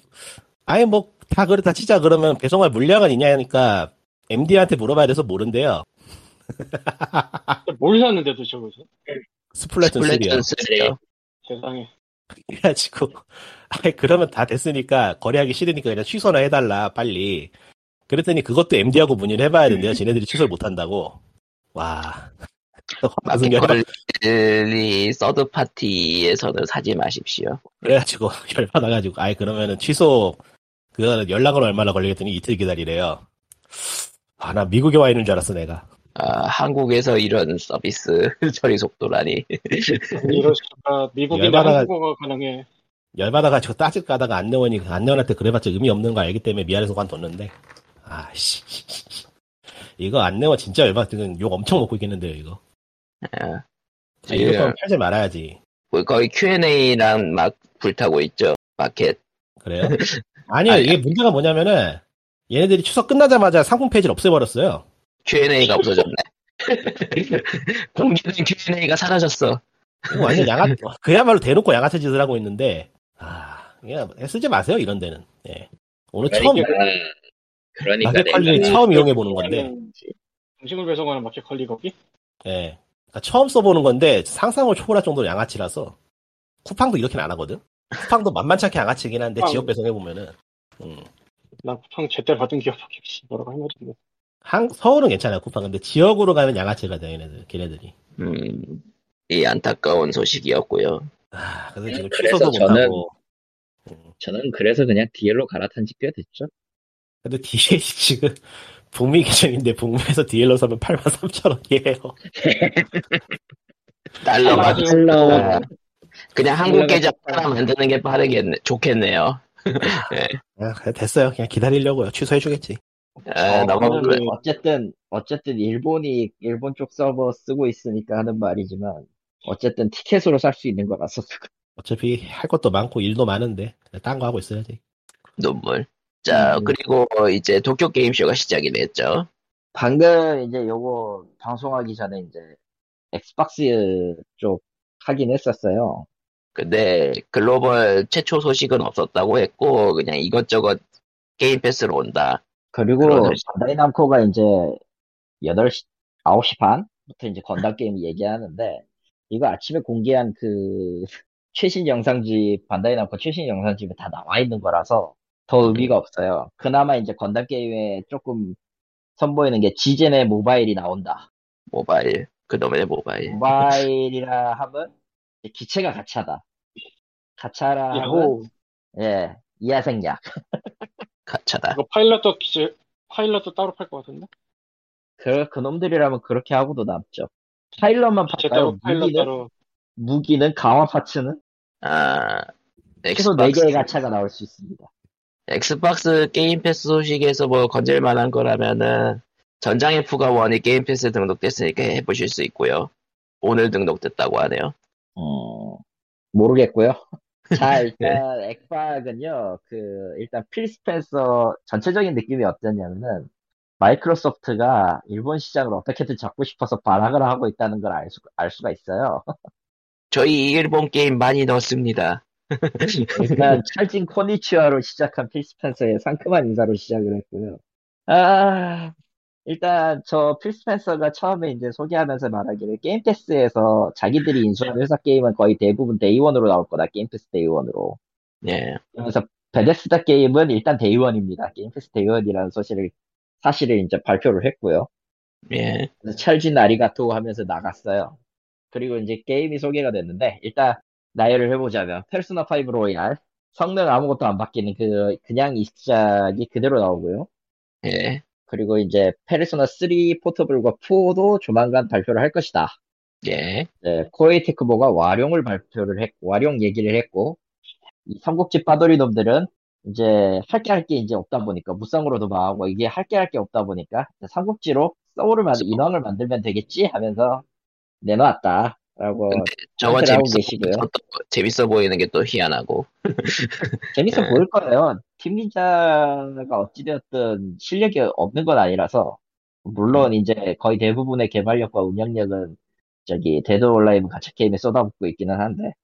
S3: 아예 뭐 다 그렇다 치자 그러면 배송할 물량은 있냐 하니까 MD한테 물어봐야 돼서 모른대요
S4: 뭘 샀는데도 저거
S3: 스플래툰 3요
S1: 플래툰 3요.
S4: 세상에
S3: 그래가지고 아이 그러면 다 됐으니까 거래하기 싫으니까 그냥 취소나 해달라 빨리 그랬더니 그것도 MD하고 문의를 해봐야 된대요 지네들이 취소를 못한다고 와 화승열
S1: 마켓컬리 서드 파티에서는 사지 마십시오.
S3: 그래가지고 열받아가지고 아이 그러면은 취소 그거는 연락은 얼마나 걸리겠더니 이틀 기다리래요 아 나 미국에 와 있는 줄 알았어 내가
S1: 아, 한국에서 이런 서비스 처리 속도라니.
S4: 이럴 수가 미국이나
S3: 열받아가-
S4: 한국어가 가능해.
S3: 열받아가지고 따질까다가 안내원이 안내원한테 그래봤자 의미 없는 거 알기 때문에 미안해서 관뒀는데 아씨 이거 안내원 진짜 열받아 지금 욕 엄청 먹고 있겠는데요 이거 아, 자, 이럴
S1: 예.
S3: 거면 팔지 말아야지.
S1: 뭐 거의 Q&A랑 막 불타고 있죠. 마켓.
S3: 그래요? 아니요,
S1: 아니,
S3: 이게 문제가 뭐냐면은, 얘네들이 추석 끝나자마자 상품 페이지를 없애버렸어요.
S1: Q&A가 없어졌네. 공개된 Q&A가 사라졌어.
S3: 이거 완전 양아, 그야말로 대놓고 양아치 짓을 하고 있는데, 아, 그냥 쓰지 마세요, 이런 데는. 예. 오늘 처음,
S1: 그러니까
S3: 마켓 관리 처음 이용해보는 건데,
S4: 음식물 배송하는 마켓컬리 거기?
S3: 예. 그러니까 처음 써보는 건데, 상상을 초월할 정도로 양아치라서, 쿠팡도 이렇게는 안 하거든? 쿠팡도 만만찮게 양아치긴 한데,
S4: 쿠팡.
S3: 지역 배송해보면은, 음.
S4: 나 쿠팡 제때 받은 기억밖에 없이 뭐라고 할 말이 없네.
S3: 한, 서울은 괜찮아요, 쿠팡. 근데 지역으로 가면 양아치가 돼, 얘네들, 걔네들이.
S1: 음, 이 안타까운 소식이었고요.
S3: 아, 그래서 지금
S5: 그래서
S3: 취소도
S5: 저는-
S3: 못하고. 음.
S5: 저는 그래서 그냥 DL로 갈아탄 지 꽤 됐죠.
S3: 근데 DL 지금 북미 계정인데 북미에서 DL로 사면 83,000원이에요.
S1: 달러가
S4: 달러.
S1: 달러. 그냥 한국
S5: 달러가
S1: 계좌 하나 만드는 게 빠르겠네, 좋겠네요.
S3: 됐어요. 아, 그냥 기다리려고요. 취소해주겠지. 어,
S1: 아, 너무 그래.
S4: 그러면은
S2: 어쨌든 어쨌든 일본이 일본 쪽 서버 쓰고 있으니까 하는 말이지만 어쨌든 티켓으로 살 수 있는 거라서
S3: 어차피 할 것도 많고 일도 많은데 딴 거 하고 있어야지.
S1: 눈물. 자,
S2: 음.
S1: 그리고 이제 도쿄 게임쇼가 시작이 됐죠.
S2: 방금 이제 요거 방송하기 전에 이제 엑스박스 쪽 하긴 했었어요.
S1: 근데 글로벌 최초 소식은 없었다고 했고, 그냥 이것저것 게임 패스로 온다.
S2: 그리고
S1: 그러네.
S2: 반다이 남코가 이제 8시, 9시 반부터 이제 건담 게임 얘기하는데 이거 아침에 공개한 그 최신 영상집, 반다이 남코 최신 영상집에 다 나와 있는 거라서 더 의미가 없어요. 그나마 이제 건담 게임에 조금 선보이는 게 지젠의 모바일이 나온다.
S1: 모바일. 그놈의 모바일.
S2: 모바일이라 하면 이제 기체가 가차다. 가차라 하면
S4: 야호
S2: 예, 이하생략.
S1: 가차다.
S4: 이거 파일럿도 기재 파일럿도 따로 팔 것 같은데?
S2: 그, 그놈들이라면 그렇게 하고도 남죠. 파일럿만
S4: 기체
S2: 팔까요?
S4: 따로 파일럿
S2: 무기는?
S4: 따로
S2: 무기는 강화 파츠는
S1: 아,
S2: 최소 4개의 가차가 나올 수 있습니다.
S1: 엑스박스 게임 패스 소식에서 뭐 건질 만한 거라면은 전장 F가 원이 게임 패스에 등록됐으니까 해보실 수 있고요. 오늘 등록됐다고 하네요.
S2: 어, 모르겠고요. 네. 자, 일단 액박은요. 그 일단 필 스펜서 전체적인 느낌이 어땠냐면은 마이크로소프트가 일본 시장을 어떻게든 잡고 싶어서 발악을 하고 있다는 걸 알 수, 가 있어요.
S1: 저희 일본 게임 많이 넣었습니다.
S2: 일단 찰진 코니치와로 시작한 필 스펜서의 상큼한 인사로 시작을 했고요. 아, 일단 저 필 스펜서가 처음에 이제 소개하면서 말하기를 게임 패스에서 자기들이 인수한 회사 게임은 거의 대부분 데이원으로 나올 거다. 게임 패스 데이원으로.
S1: 예.
S2: 그래서 베데스다 게임은 일단 데이원입니다. 게임 패스 데이원이라는 소식을 사실을 이제 발표를 했고요.
S1: 예.
S2: 그래서 찰진 아리가토 하면서 나갔어요. 그리고 이제 게임이 소개가 됐는데 일단 나열을 해보자면 페르소나 5 로얄 성능 아무것도 안 바뀌는 그 그냥 이식작이 그대로 나오고요.
S1: 예.
S2: 그리고 이제 페르소나 3 포터블과 4도 조만간 발표를 할 것이다.
S1: 예.
S2: 네, 코에이 테크보가 와룡을 발표를 했고, 와룡 얘기를 했고, 이 삼국지 빠돌이 놈들은 이제 할 게 할 게 이제 없다 보니까, 무쌍으로도 망하고, 이게 할 게 할 게 없다 보니까, 이제 삼국지로 서울을 만, 인왕을 만들면 되겠지 하면서 내놨다. 라고
S1: 저건
S2: 하고
S1: 재밌어,
S2: 계시고요.
S1: 보이는 것도- 재밌어 보이는 게 또 희한하고.
S2: 재밌어
S1: 예.
S2: 보일 거예요. 팀 리자가 어찌되었든 실력이 없는 건 아니라서, 물론 이제 거의 대부분의 개발력과 운영력은 저기 데드 온라인 가챠 게임에 쏟아붓고 있기는 한데,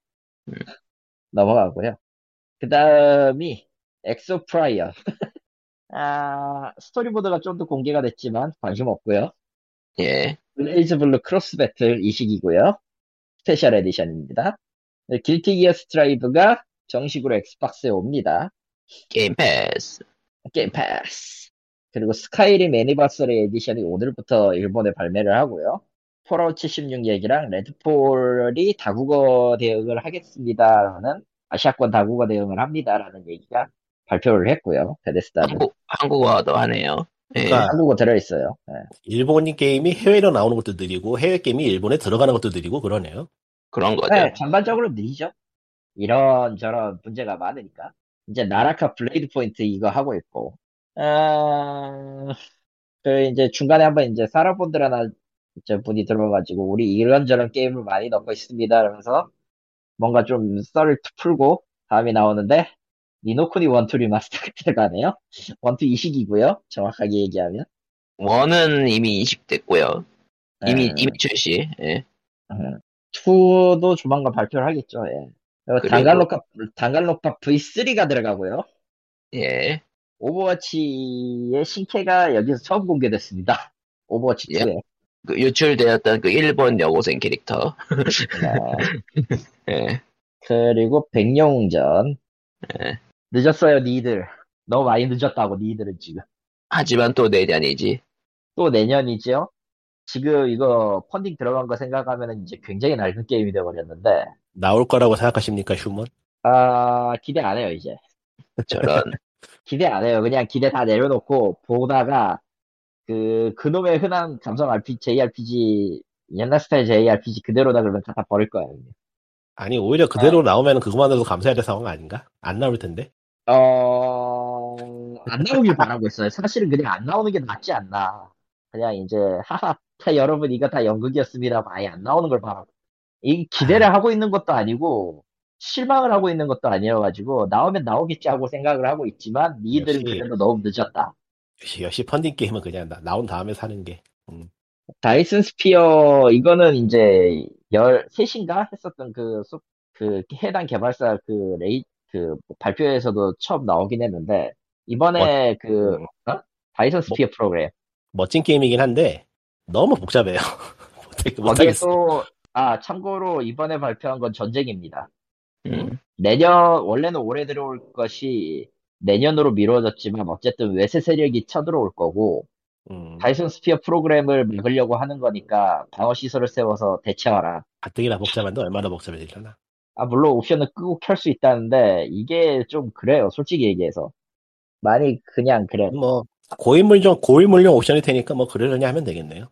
S1: 음.
S2: 넘어가고요. 그 다음이, 엑소 프라이어. 아, 스토리보드가 좀 더 공개가 됐지만 관심 없고요.
S1: 예.
S2: 블레이즈 블루 크로스 배틀 이식이고요. 스페셜 에디션입니다. 네, 길티 기어 스트라이브가 정식으로 엑스박스에 옵니다.
S1: 게임 패스.
S2: 게임 패스. 그리고 스카이림 애니버서리 에디션이 오늘부터 일본에 발매를 하고요. 폴아웃 76 얘기랑 레드폴이 다국어 대응을 하겠습니다라는 아시아권 다국어 대응을 합니다라는 얘기가 발표를 했고요. 베데스다는
S1: 한국, 한국어도 하네요. 예.
S3: 그러니까
S2: 한국어 들어있어요. 네.
S3: 일본인 게임이 해외로 나오는 것도 느리고 해외 게임이 일본에 들어가는 것도 느리고 그러네요.
S1: 그런 거죠.
S2: 네, 전반적으로 느리죠. 이런저런 문제가 많으니까. 이제 나라카 블레이드 포인트 이거 하고 있고. 아, 그 이제 중간에 한번 이제 사라본드라는 이제 분이 들어와가지고 우리 이런저런 게임을 많이 넣고 있습니다. 이러면서 뭔가 좀 썰을 풀고 다음이 나오는데 니노쿠니 원투 리마스터가 들어가네요. 원투 이식이고요. 정확하게 얘기하면.
S1: 원은 이미 인식됐고요. 이미,
S2: 음.
S1: 이미 출시. 예.
S2: 2도 조만간 발표를 하겠죠. 예. 그리고
S1: 그리고-
S2: 단갈로카, 단갈로카 V3가 들어가고요.
S1: 예.
S2: 오버워치의 신캐가 여기서 처음 공개됐습니다. 오버워치
S1: 예.
S2: 2에.
S1: 그 유출되었던 그 일본 여고생 캐릭터. 예.
S2: 네. 그리고 백령전.
S1: 예.
S2: 늦었어요, 니들. 너무 많이 늦었다고, 니들은 지금.
S1: 하지만 또 내년이지.
S2: 또 내년이죠? 지금 이거 펀딩 들어간 거 생각하면 이제 굉장히 낡은 게임이 돼버렸는데,
S3: 나올 거라고 생각하십니까 휴먼?
S2: 아, 기대 안 해요, 이제.
S1: 저런.
S2: 기대 안 해요. 그냥 기대 다 내려놓고 보다가 그 그놈의 흔한 감성 RPG, JRPG 옛날 스타일 JRPG 그대로다 그러면 다, 다 버릴 거야. 그냥.
S3: 아니 오히려 그대로 나오면 그것만으로도 감사해야 될 상황 아닌가? 안 나올 텐데.
S2: 어... 안 나오길 바라고 있어요. 사실은 그냥 안 나오는 게 낫지 않나. 그냥 이제 하하 다 여러분 이거 다 연극이었습니다. 아예 안 나오는 걸 바라고. 이 기대를 하고 있는 것도 아니고 실망을 하고 있는 것도 아니어가지고 나오면 나오겠지 하고 생각을 하고 있지만 니들은
S3: 역시.
S2: 그래도 너무 늦었다.
S3: 역시, 역시 펀딩 게임은 그냥 나, 나온 다음에 사는 게.
S2: 다이슨 스피어 이거는 이제 13인가 했었던 그, 소- 그 해당 개발사 그 레이 그 발표에서도 처음 나오긴 했는데 이번에
S3: 뭐,
S2: 그
S3: 음.
S2: 어? 다이슨 스피어 프로그램
S3: 멋진 게임이긴 한데 너무 복잡해요. 못하-
S2: 거기에
S3: 못하겠어.
S2: 또 아 참고로 이번에 발표한 건 전쟁입니다.
S1: 음.
S2: 내년 원래는 올해 들어올 것이 내년으로 미뤄졌지만 어쨌든 외세 세력이 쳐들어올 거고
S3: 음,
S2: 다이슨 스피어 프로그램을 막으려고 하는 거니까 방어 시설을 세워서 대체하라.
S3: 가뜩이나 복잡한데 얼마나 복잡해지려나.
S2: 아, 물론 옵션을 끄고 켤 수 있다는데, 이게 좀 그래요, 솔직히 얘기해서. 많이 그냥 그래.
S3: 뭐 고인물용 고인물용 옵션일 테니까 뭐 그러려니 하면 되겠네요.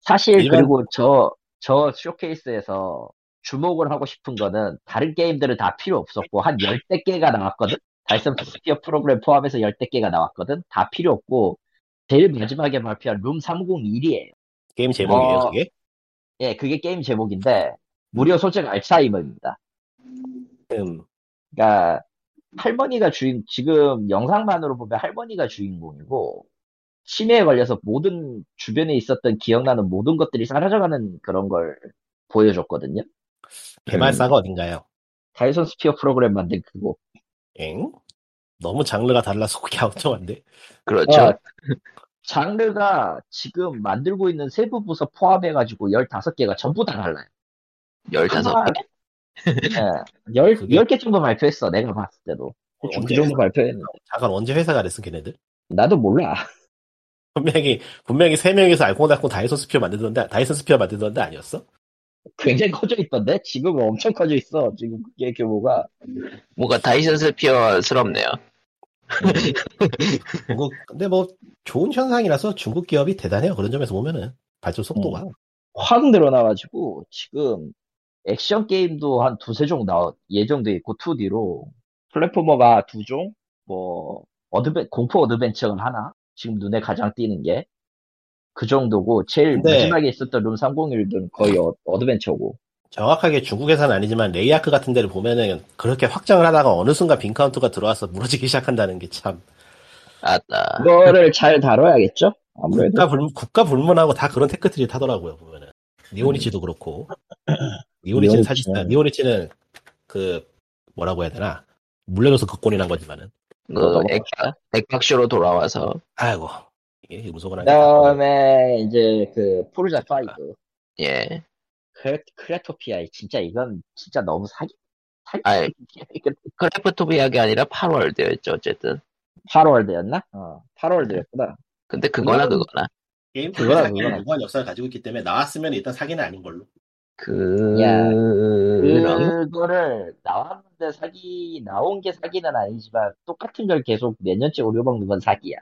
S2: 사실,
S3: 일반-
S2: 그리고 저, 저 쇼케이스에서 주목을 하고 싶은 거는 다른 게임들은 다 필요 없었고 한 열댓 개가 나왔거든. 달성 스피어 프로그램 포함해서 열댓 개가 나왔거든. 다 필요 없고 제일 마지막에 발표한 룸 301이에요.
S3: 게임 제목이에요,
S2: 어.
S3: 그게?
S2: 예, 그게 게임 제목인데 무려 소재가 알츠하이머입니다.
S3: 음,
S2: 그러니까 할머니가 주인 지금 영상만으로 보면 할머니가 주인공이고 치매에 걸려서 모든 주변에 있었던 기억나는 모든 것들이 사라져가는 그런 걸 보여줬거든요.
S3: 개발사가 어딘가요?
S2: 다이슨 스피어 프로그램 만든 그거.
S3: 엥? 너무 장르가 달라서 그게 아우터한데
S1: 그렇죠.
S2: 어, 장르가 지금 만들고 있는 세부 부서 포함해가지고 15개가 전부 다 달라요.
S1: 15개.
S2: 예, 아, 열,
S3: 그게- 어,
S2: 10개 정도 발표했어, 내가 봤을 때도. 대충 그
S3: 언제
S2: 정도 발표했는데.
S3: 잠깐 언제 회사가 그랬어 걔네들?
S2: 나도 몰라.
S3: 분명히 분명히 세 명이서 알콩달콩 다이슨 스피어 만들던데 다이슨 스피어 만들던데 아니었어?
S2: 굉장히 커져 있던데? 지금 엄청 커져 있어. 지금 그게 규모가.
S1: 뭔가 다이슨 스피어스럽네요.
S3: 중국 근데 뭐 좋은 현상이라서 중국 기업이 대단해요 그런 점에서 보면은 발전 속도가
S2: 음. 확 늘어나가지고, 지금 액션 게임도 한 두세 종 나와, 예정돼 있고, 2D로. 플랫포머가 두 종? 뭐, 어드벤, 공포 어드벤처는 하나? 지금 눈에 가장 띄는 게. 그 정도고, 제일
S3: 네.
S2: 마지막에 있었던 룸 301은 거의 어, 어드벤처고.
S3: 정확하게 중국 회사는 아니지만 레이아크 같은 데를 보면은 그렇게 확장을 하다가 어느 순간 빈카운트가 들어와서 무너지기 시작한다는 게 참
S1: 아따.
S2: 그거를 잘 다뤄야겠죠? 아무래도.
S3: 국가 불 국가 불문하고 다 그런 테크트리 타더라고요 보면은 니오니치도 그렇고
S2: 음. 니오니치는-
S3: 니오니치는
S2: 네.
S3: 사실상 니오니치는 그 뭐라고 해야 되나 물려줘서 극권이 난 거지만은
S1: 그 액박, 액박쇼로 돌아와서
S3: 아이고 이게 무속을 하니까
S2: 그다음에 이제 그 포르자 5.
S1: 예.
S2: 크레, 크레토피아 진짜 이건 진짜 너무 사기 사기
S1: 아이. 크래프토비아가 아니라 8월드였죠 어쨌든.
S2: 8월드였나? 어, 8월드였구나.
S1: 근데 그거나
S2: 이건-
S1: 그거나
S3: 게임
S2: 그거나
S3: 자체가
S2: 그거나.
S3: 무한 역사를 가지고 있기 때문에 나왔으면 일단 사기는 아닌 걸로
S1: 그
S2: 야.
S1: 그런
S2: 그거를 나왔는데 사기 나온 게 사기는 아니지만 똑같은 걸 계속 몇 년째 오려먹는 건 사기야.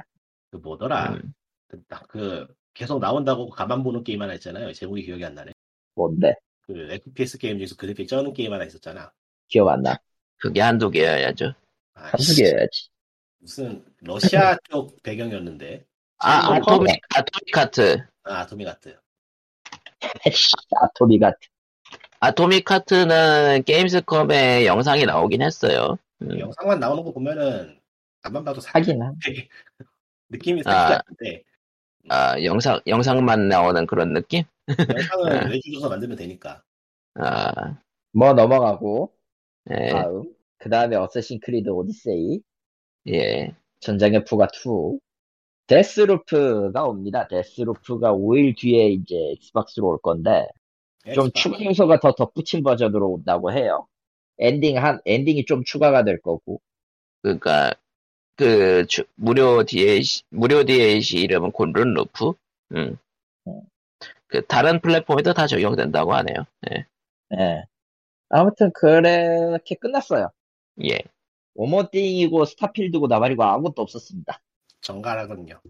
S3: 그 뭐더라
S1: 음.
S3: 그, 딱 그 계속 나온다고 가만 보는 게임 하나 있잖아요 제목이 기억이 안 나네
S2: 뭔데?
S3: 그 FPS 게임 중에서 그래픽 쩌는 게임 하나 있었잖아
S2: 기억 안 나.
S1: 그게 한두 개여야죠.
S3: 아,
S2: 한두 개여야지.
S3: 무슨 러시아 쪽 배경이었는데
S1: 아
S2: 아,
S1: 아토미 아토믹 하트.
S3: 아 아토미 같아요
S2: 에이씨, 아토리 같은.
S1: 아토믹 하트는 게임스컴에 영상이 나오긴 했어요. 음.
S3: 영상만 나오는 거 보면은 안만 봐도 사기
S2: 사기나.
S3: 느낌이
S1: 아.
S3: 사기 같은데
S1: 아 영상 영상만 나오는 그런 느낌?
S2: 아.
S3: 영상을 외주줘서 만들면 되니까
S1: 아
S2: 뭐 넘어가고
S1: 예.
S2: 다음. 그 다음에 어쌔신 크리드 오디세이.
S1: 예.
S2: 전장의 푸가 2. 데스루프가 옵니다. 데스루프가 5일 뒤에 이제 엑스박스로 올 건데, 좀
S3: 엑스박스.
S2: 추가 요소가 더 덧붙인 버전으로 온다고 해요. 엔딩 한, 엔딩이 좀 추가가 될 거고.
S1: 그러니까 그 주- 무료 DLC 무료 DLC 이름은 곤룬 루프. 음. 그 다른 플랫폼에도 다 적용된다고 하네요. 예.
S2: 예. 아무튼, 그렇게 끝났어요.
S1: 예.
S2: 오모띵이고, 스타필드고, 나발이고, 아무것도 없었습니다.
S3: 정갈하군요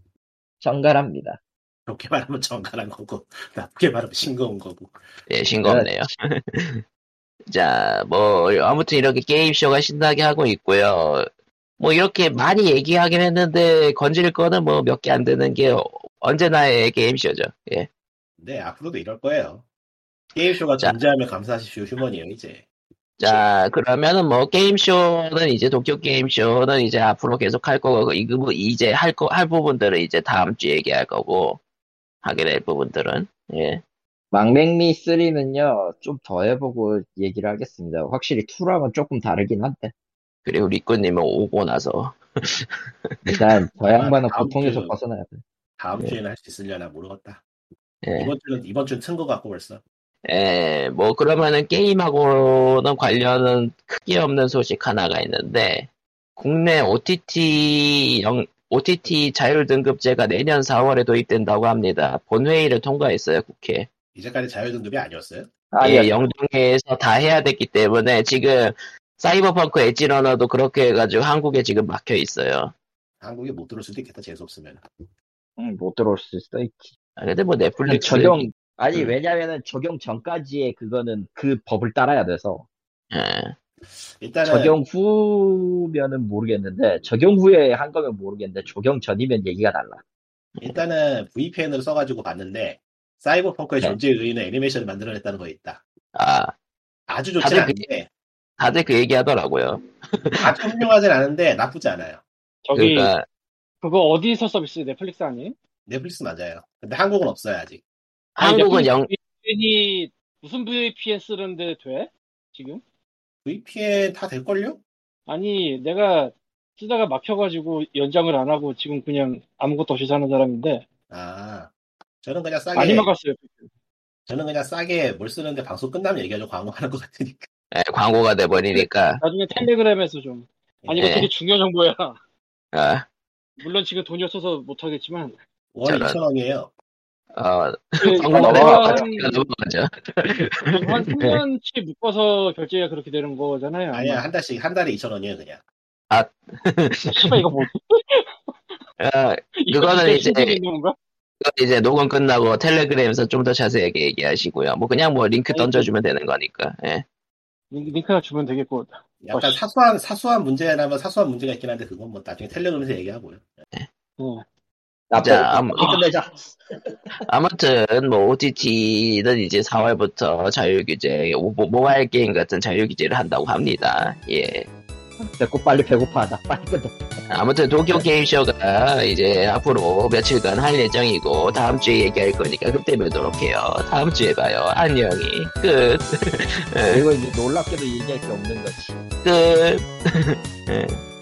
S2: 정갈합니다.
S3: 좋게 말하면 정갈한 거고 나쁘게 말하면 싱거운 거고
S1: 예, 싱겁네요. 자, 뭐 아무튼 이렇게 게임 쇼가 신나게 하고 있고요. 뭐 이렇게 많이 얘기하긴 했는데 건질 거는 뭐 몇 개 안 되는 게 어- 언제나의 게임 쇼죠. 예.
S3: 근데 네, 앞으로도 이럴 거예요 게임쇼가
S1: 자.
S3: 존재하며 감사하십시오 휴먼이에요 이제
S1: 자, 그러면은 뭐 게임 쇼는 이제 도쿄 게임 쇼는 이제 앞으로 계속 할 거고 이 그- 이제 할 거 할 부분들은 이제 다음 주 얘기할 거고 하게 될 부분들은 예.
S2: 망맹미 3는요, 좀 더 해보고 얘기를 하겠습니다. 확실히 2랑은 조금 다르긴 한데.
S1: 그리고 리꾸님은 오고 나서
S2: 일단, 저 양반은
S3: 아, 다음
S2: 고통에서
S3: 주-
S2: 벗어나야 돼.
S3: 다음
S1: 네.
S3: 주에는 할 수 있으려나 모르겠다
S1: 예.
S3: 이번 주는 이번 주는 튼거 같고 벌써
S1: 예, 뭐 그러면은 게임하고는 관련은 크게 없는 소식 하나가 있는데 국내 OTT 영 OTT 자율등급제가 내년 4월에 도입된다고 합니다. 본회의를 통과했어요, 국회.
S3: 이제까지 자율등급이 아니었어요
S2: 아,
S1: 예,
S2: 예.
S1: 영동에서 다 해야 됐기 때문에 지금 사이버펑크 엣지러너도 그렇게 해가지고 한국에 지금 막혀 있어요.
S3: 한국에 못 들을 수도 있겠다 재수 없으면
S2: 음, 못 들어올 수도 있지.
S1: 아, 근데 뭐 넷플릭스
S2: 적용 아니
S1: 음.
S2: 왜냐면은 적용 전까지의 그거는 그 법을 따라야 돼서
S1: 예. 네.
S3: 일단은
S2: 적용 후면은 모르겠는데 적용 후에 한 거면 모르겠는데 적용 전이면 얘기가 달라.
S3: 일단은 VPN으로 써가지고 봤는데 사이버펑크의
S2: 네.
S3: 존재에 의해 애니메이션을 만들어냈다는 거 있다.
S1: 아,
S3: 아주 좋지
S1: 다들
S3: 않은데
S1: 다들 그 얘기 하더라고요.
S3: 아주 훌륭하진 않은데 나쁘지 않아요.
S4: 저기
S1: 그러니까,
S4: 그거 어디서 서비스 넷플릭스 아니?
S3: 넷플릭스 맞아요. 근데 한국은 없어요 아직.
S4: 아니,
S1: 한국은 영,
S4: VPN이 무슨 VPN 쓰는데 돼? 지금?
S3: VPN 다 될걸요?
S4: 아니 내가 쓰다가 막혀가지고 연장을 안 하고 지금 그냥 아무것도 없이 사는 사람인데
S3: 아 예. 저는 그냥 싸게
S4: 많이 막았어요.
S3: 저는 그냥 싸게 뭘 쓰는데 방송 끝나면 얘기하죠 광고하는 것 같으니까.
S1: 예, 광고가 돼버리니까.
S4: 나중에 텔레그램에서 좀 아니 이거
S1: 예.
S4: 되게 중요한 정보야.
S1: 아,
S4: 물론 지금 돈이 없어서 못하겠지만
S3: 월
S1: 저런.
S3: 2천 원이에요.
S1: 어,
S4: 그
S1: 광고가
S4: 내가
S1: 넘어가죠.
S4: 한,
S1: 넘어가죠.
S4: 한
S1: 네.
S4: 3년치 묶어서 결제해야 그렇게 되는 거잖아요.
S3: 아니야 한 달씩 한 달에 2천 원이에요 그냥.
S4: 씨발 이거 뭐지?
S1: 아,
S4: 이거
S1: 그거는
S4: 진짜
S1: 이제-
S4: 신세계 있는 건가?
S1: 이제 녹음 끝나고 텔레그램에서 좀 더 자세하게 얘기하시고요. 뭐 그냥 뭐 링크 던져주면 되는 거니까. 예.
S4: 링- 링크나 주면 되겠고
S3: 약간
S4: 어씨.
S3: 사소한 사소한 문제라면 사소한 문제가 있긴 한데 그건 뭐 나중에 텔레그램에서 얘기하고요.
S4: 어.
S1: 자, 아무-
S2: 빨리 끝내자.
S1: 아무튼 뭐 OTT는 이제 4월부터 자율 규제, 모- 모바일 게임 같은 자율 규제를 한다고 합니다. 예.
S2: 됐고 빨리 배고파. 나 빨리 끝내.
S1: 아무튼 도쿄 게임쇼가 이제 앞으로 며칠간 할 예정이고 다음 주에 얘기할 거니까 그때 뵙도록 해요. 다음 주에 봐요. 안녕히 끝. 네.
S2: 그리고 이제 놀랍게도 얘기할 게 없는 거지.
S1: 끝.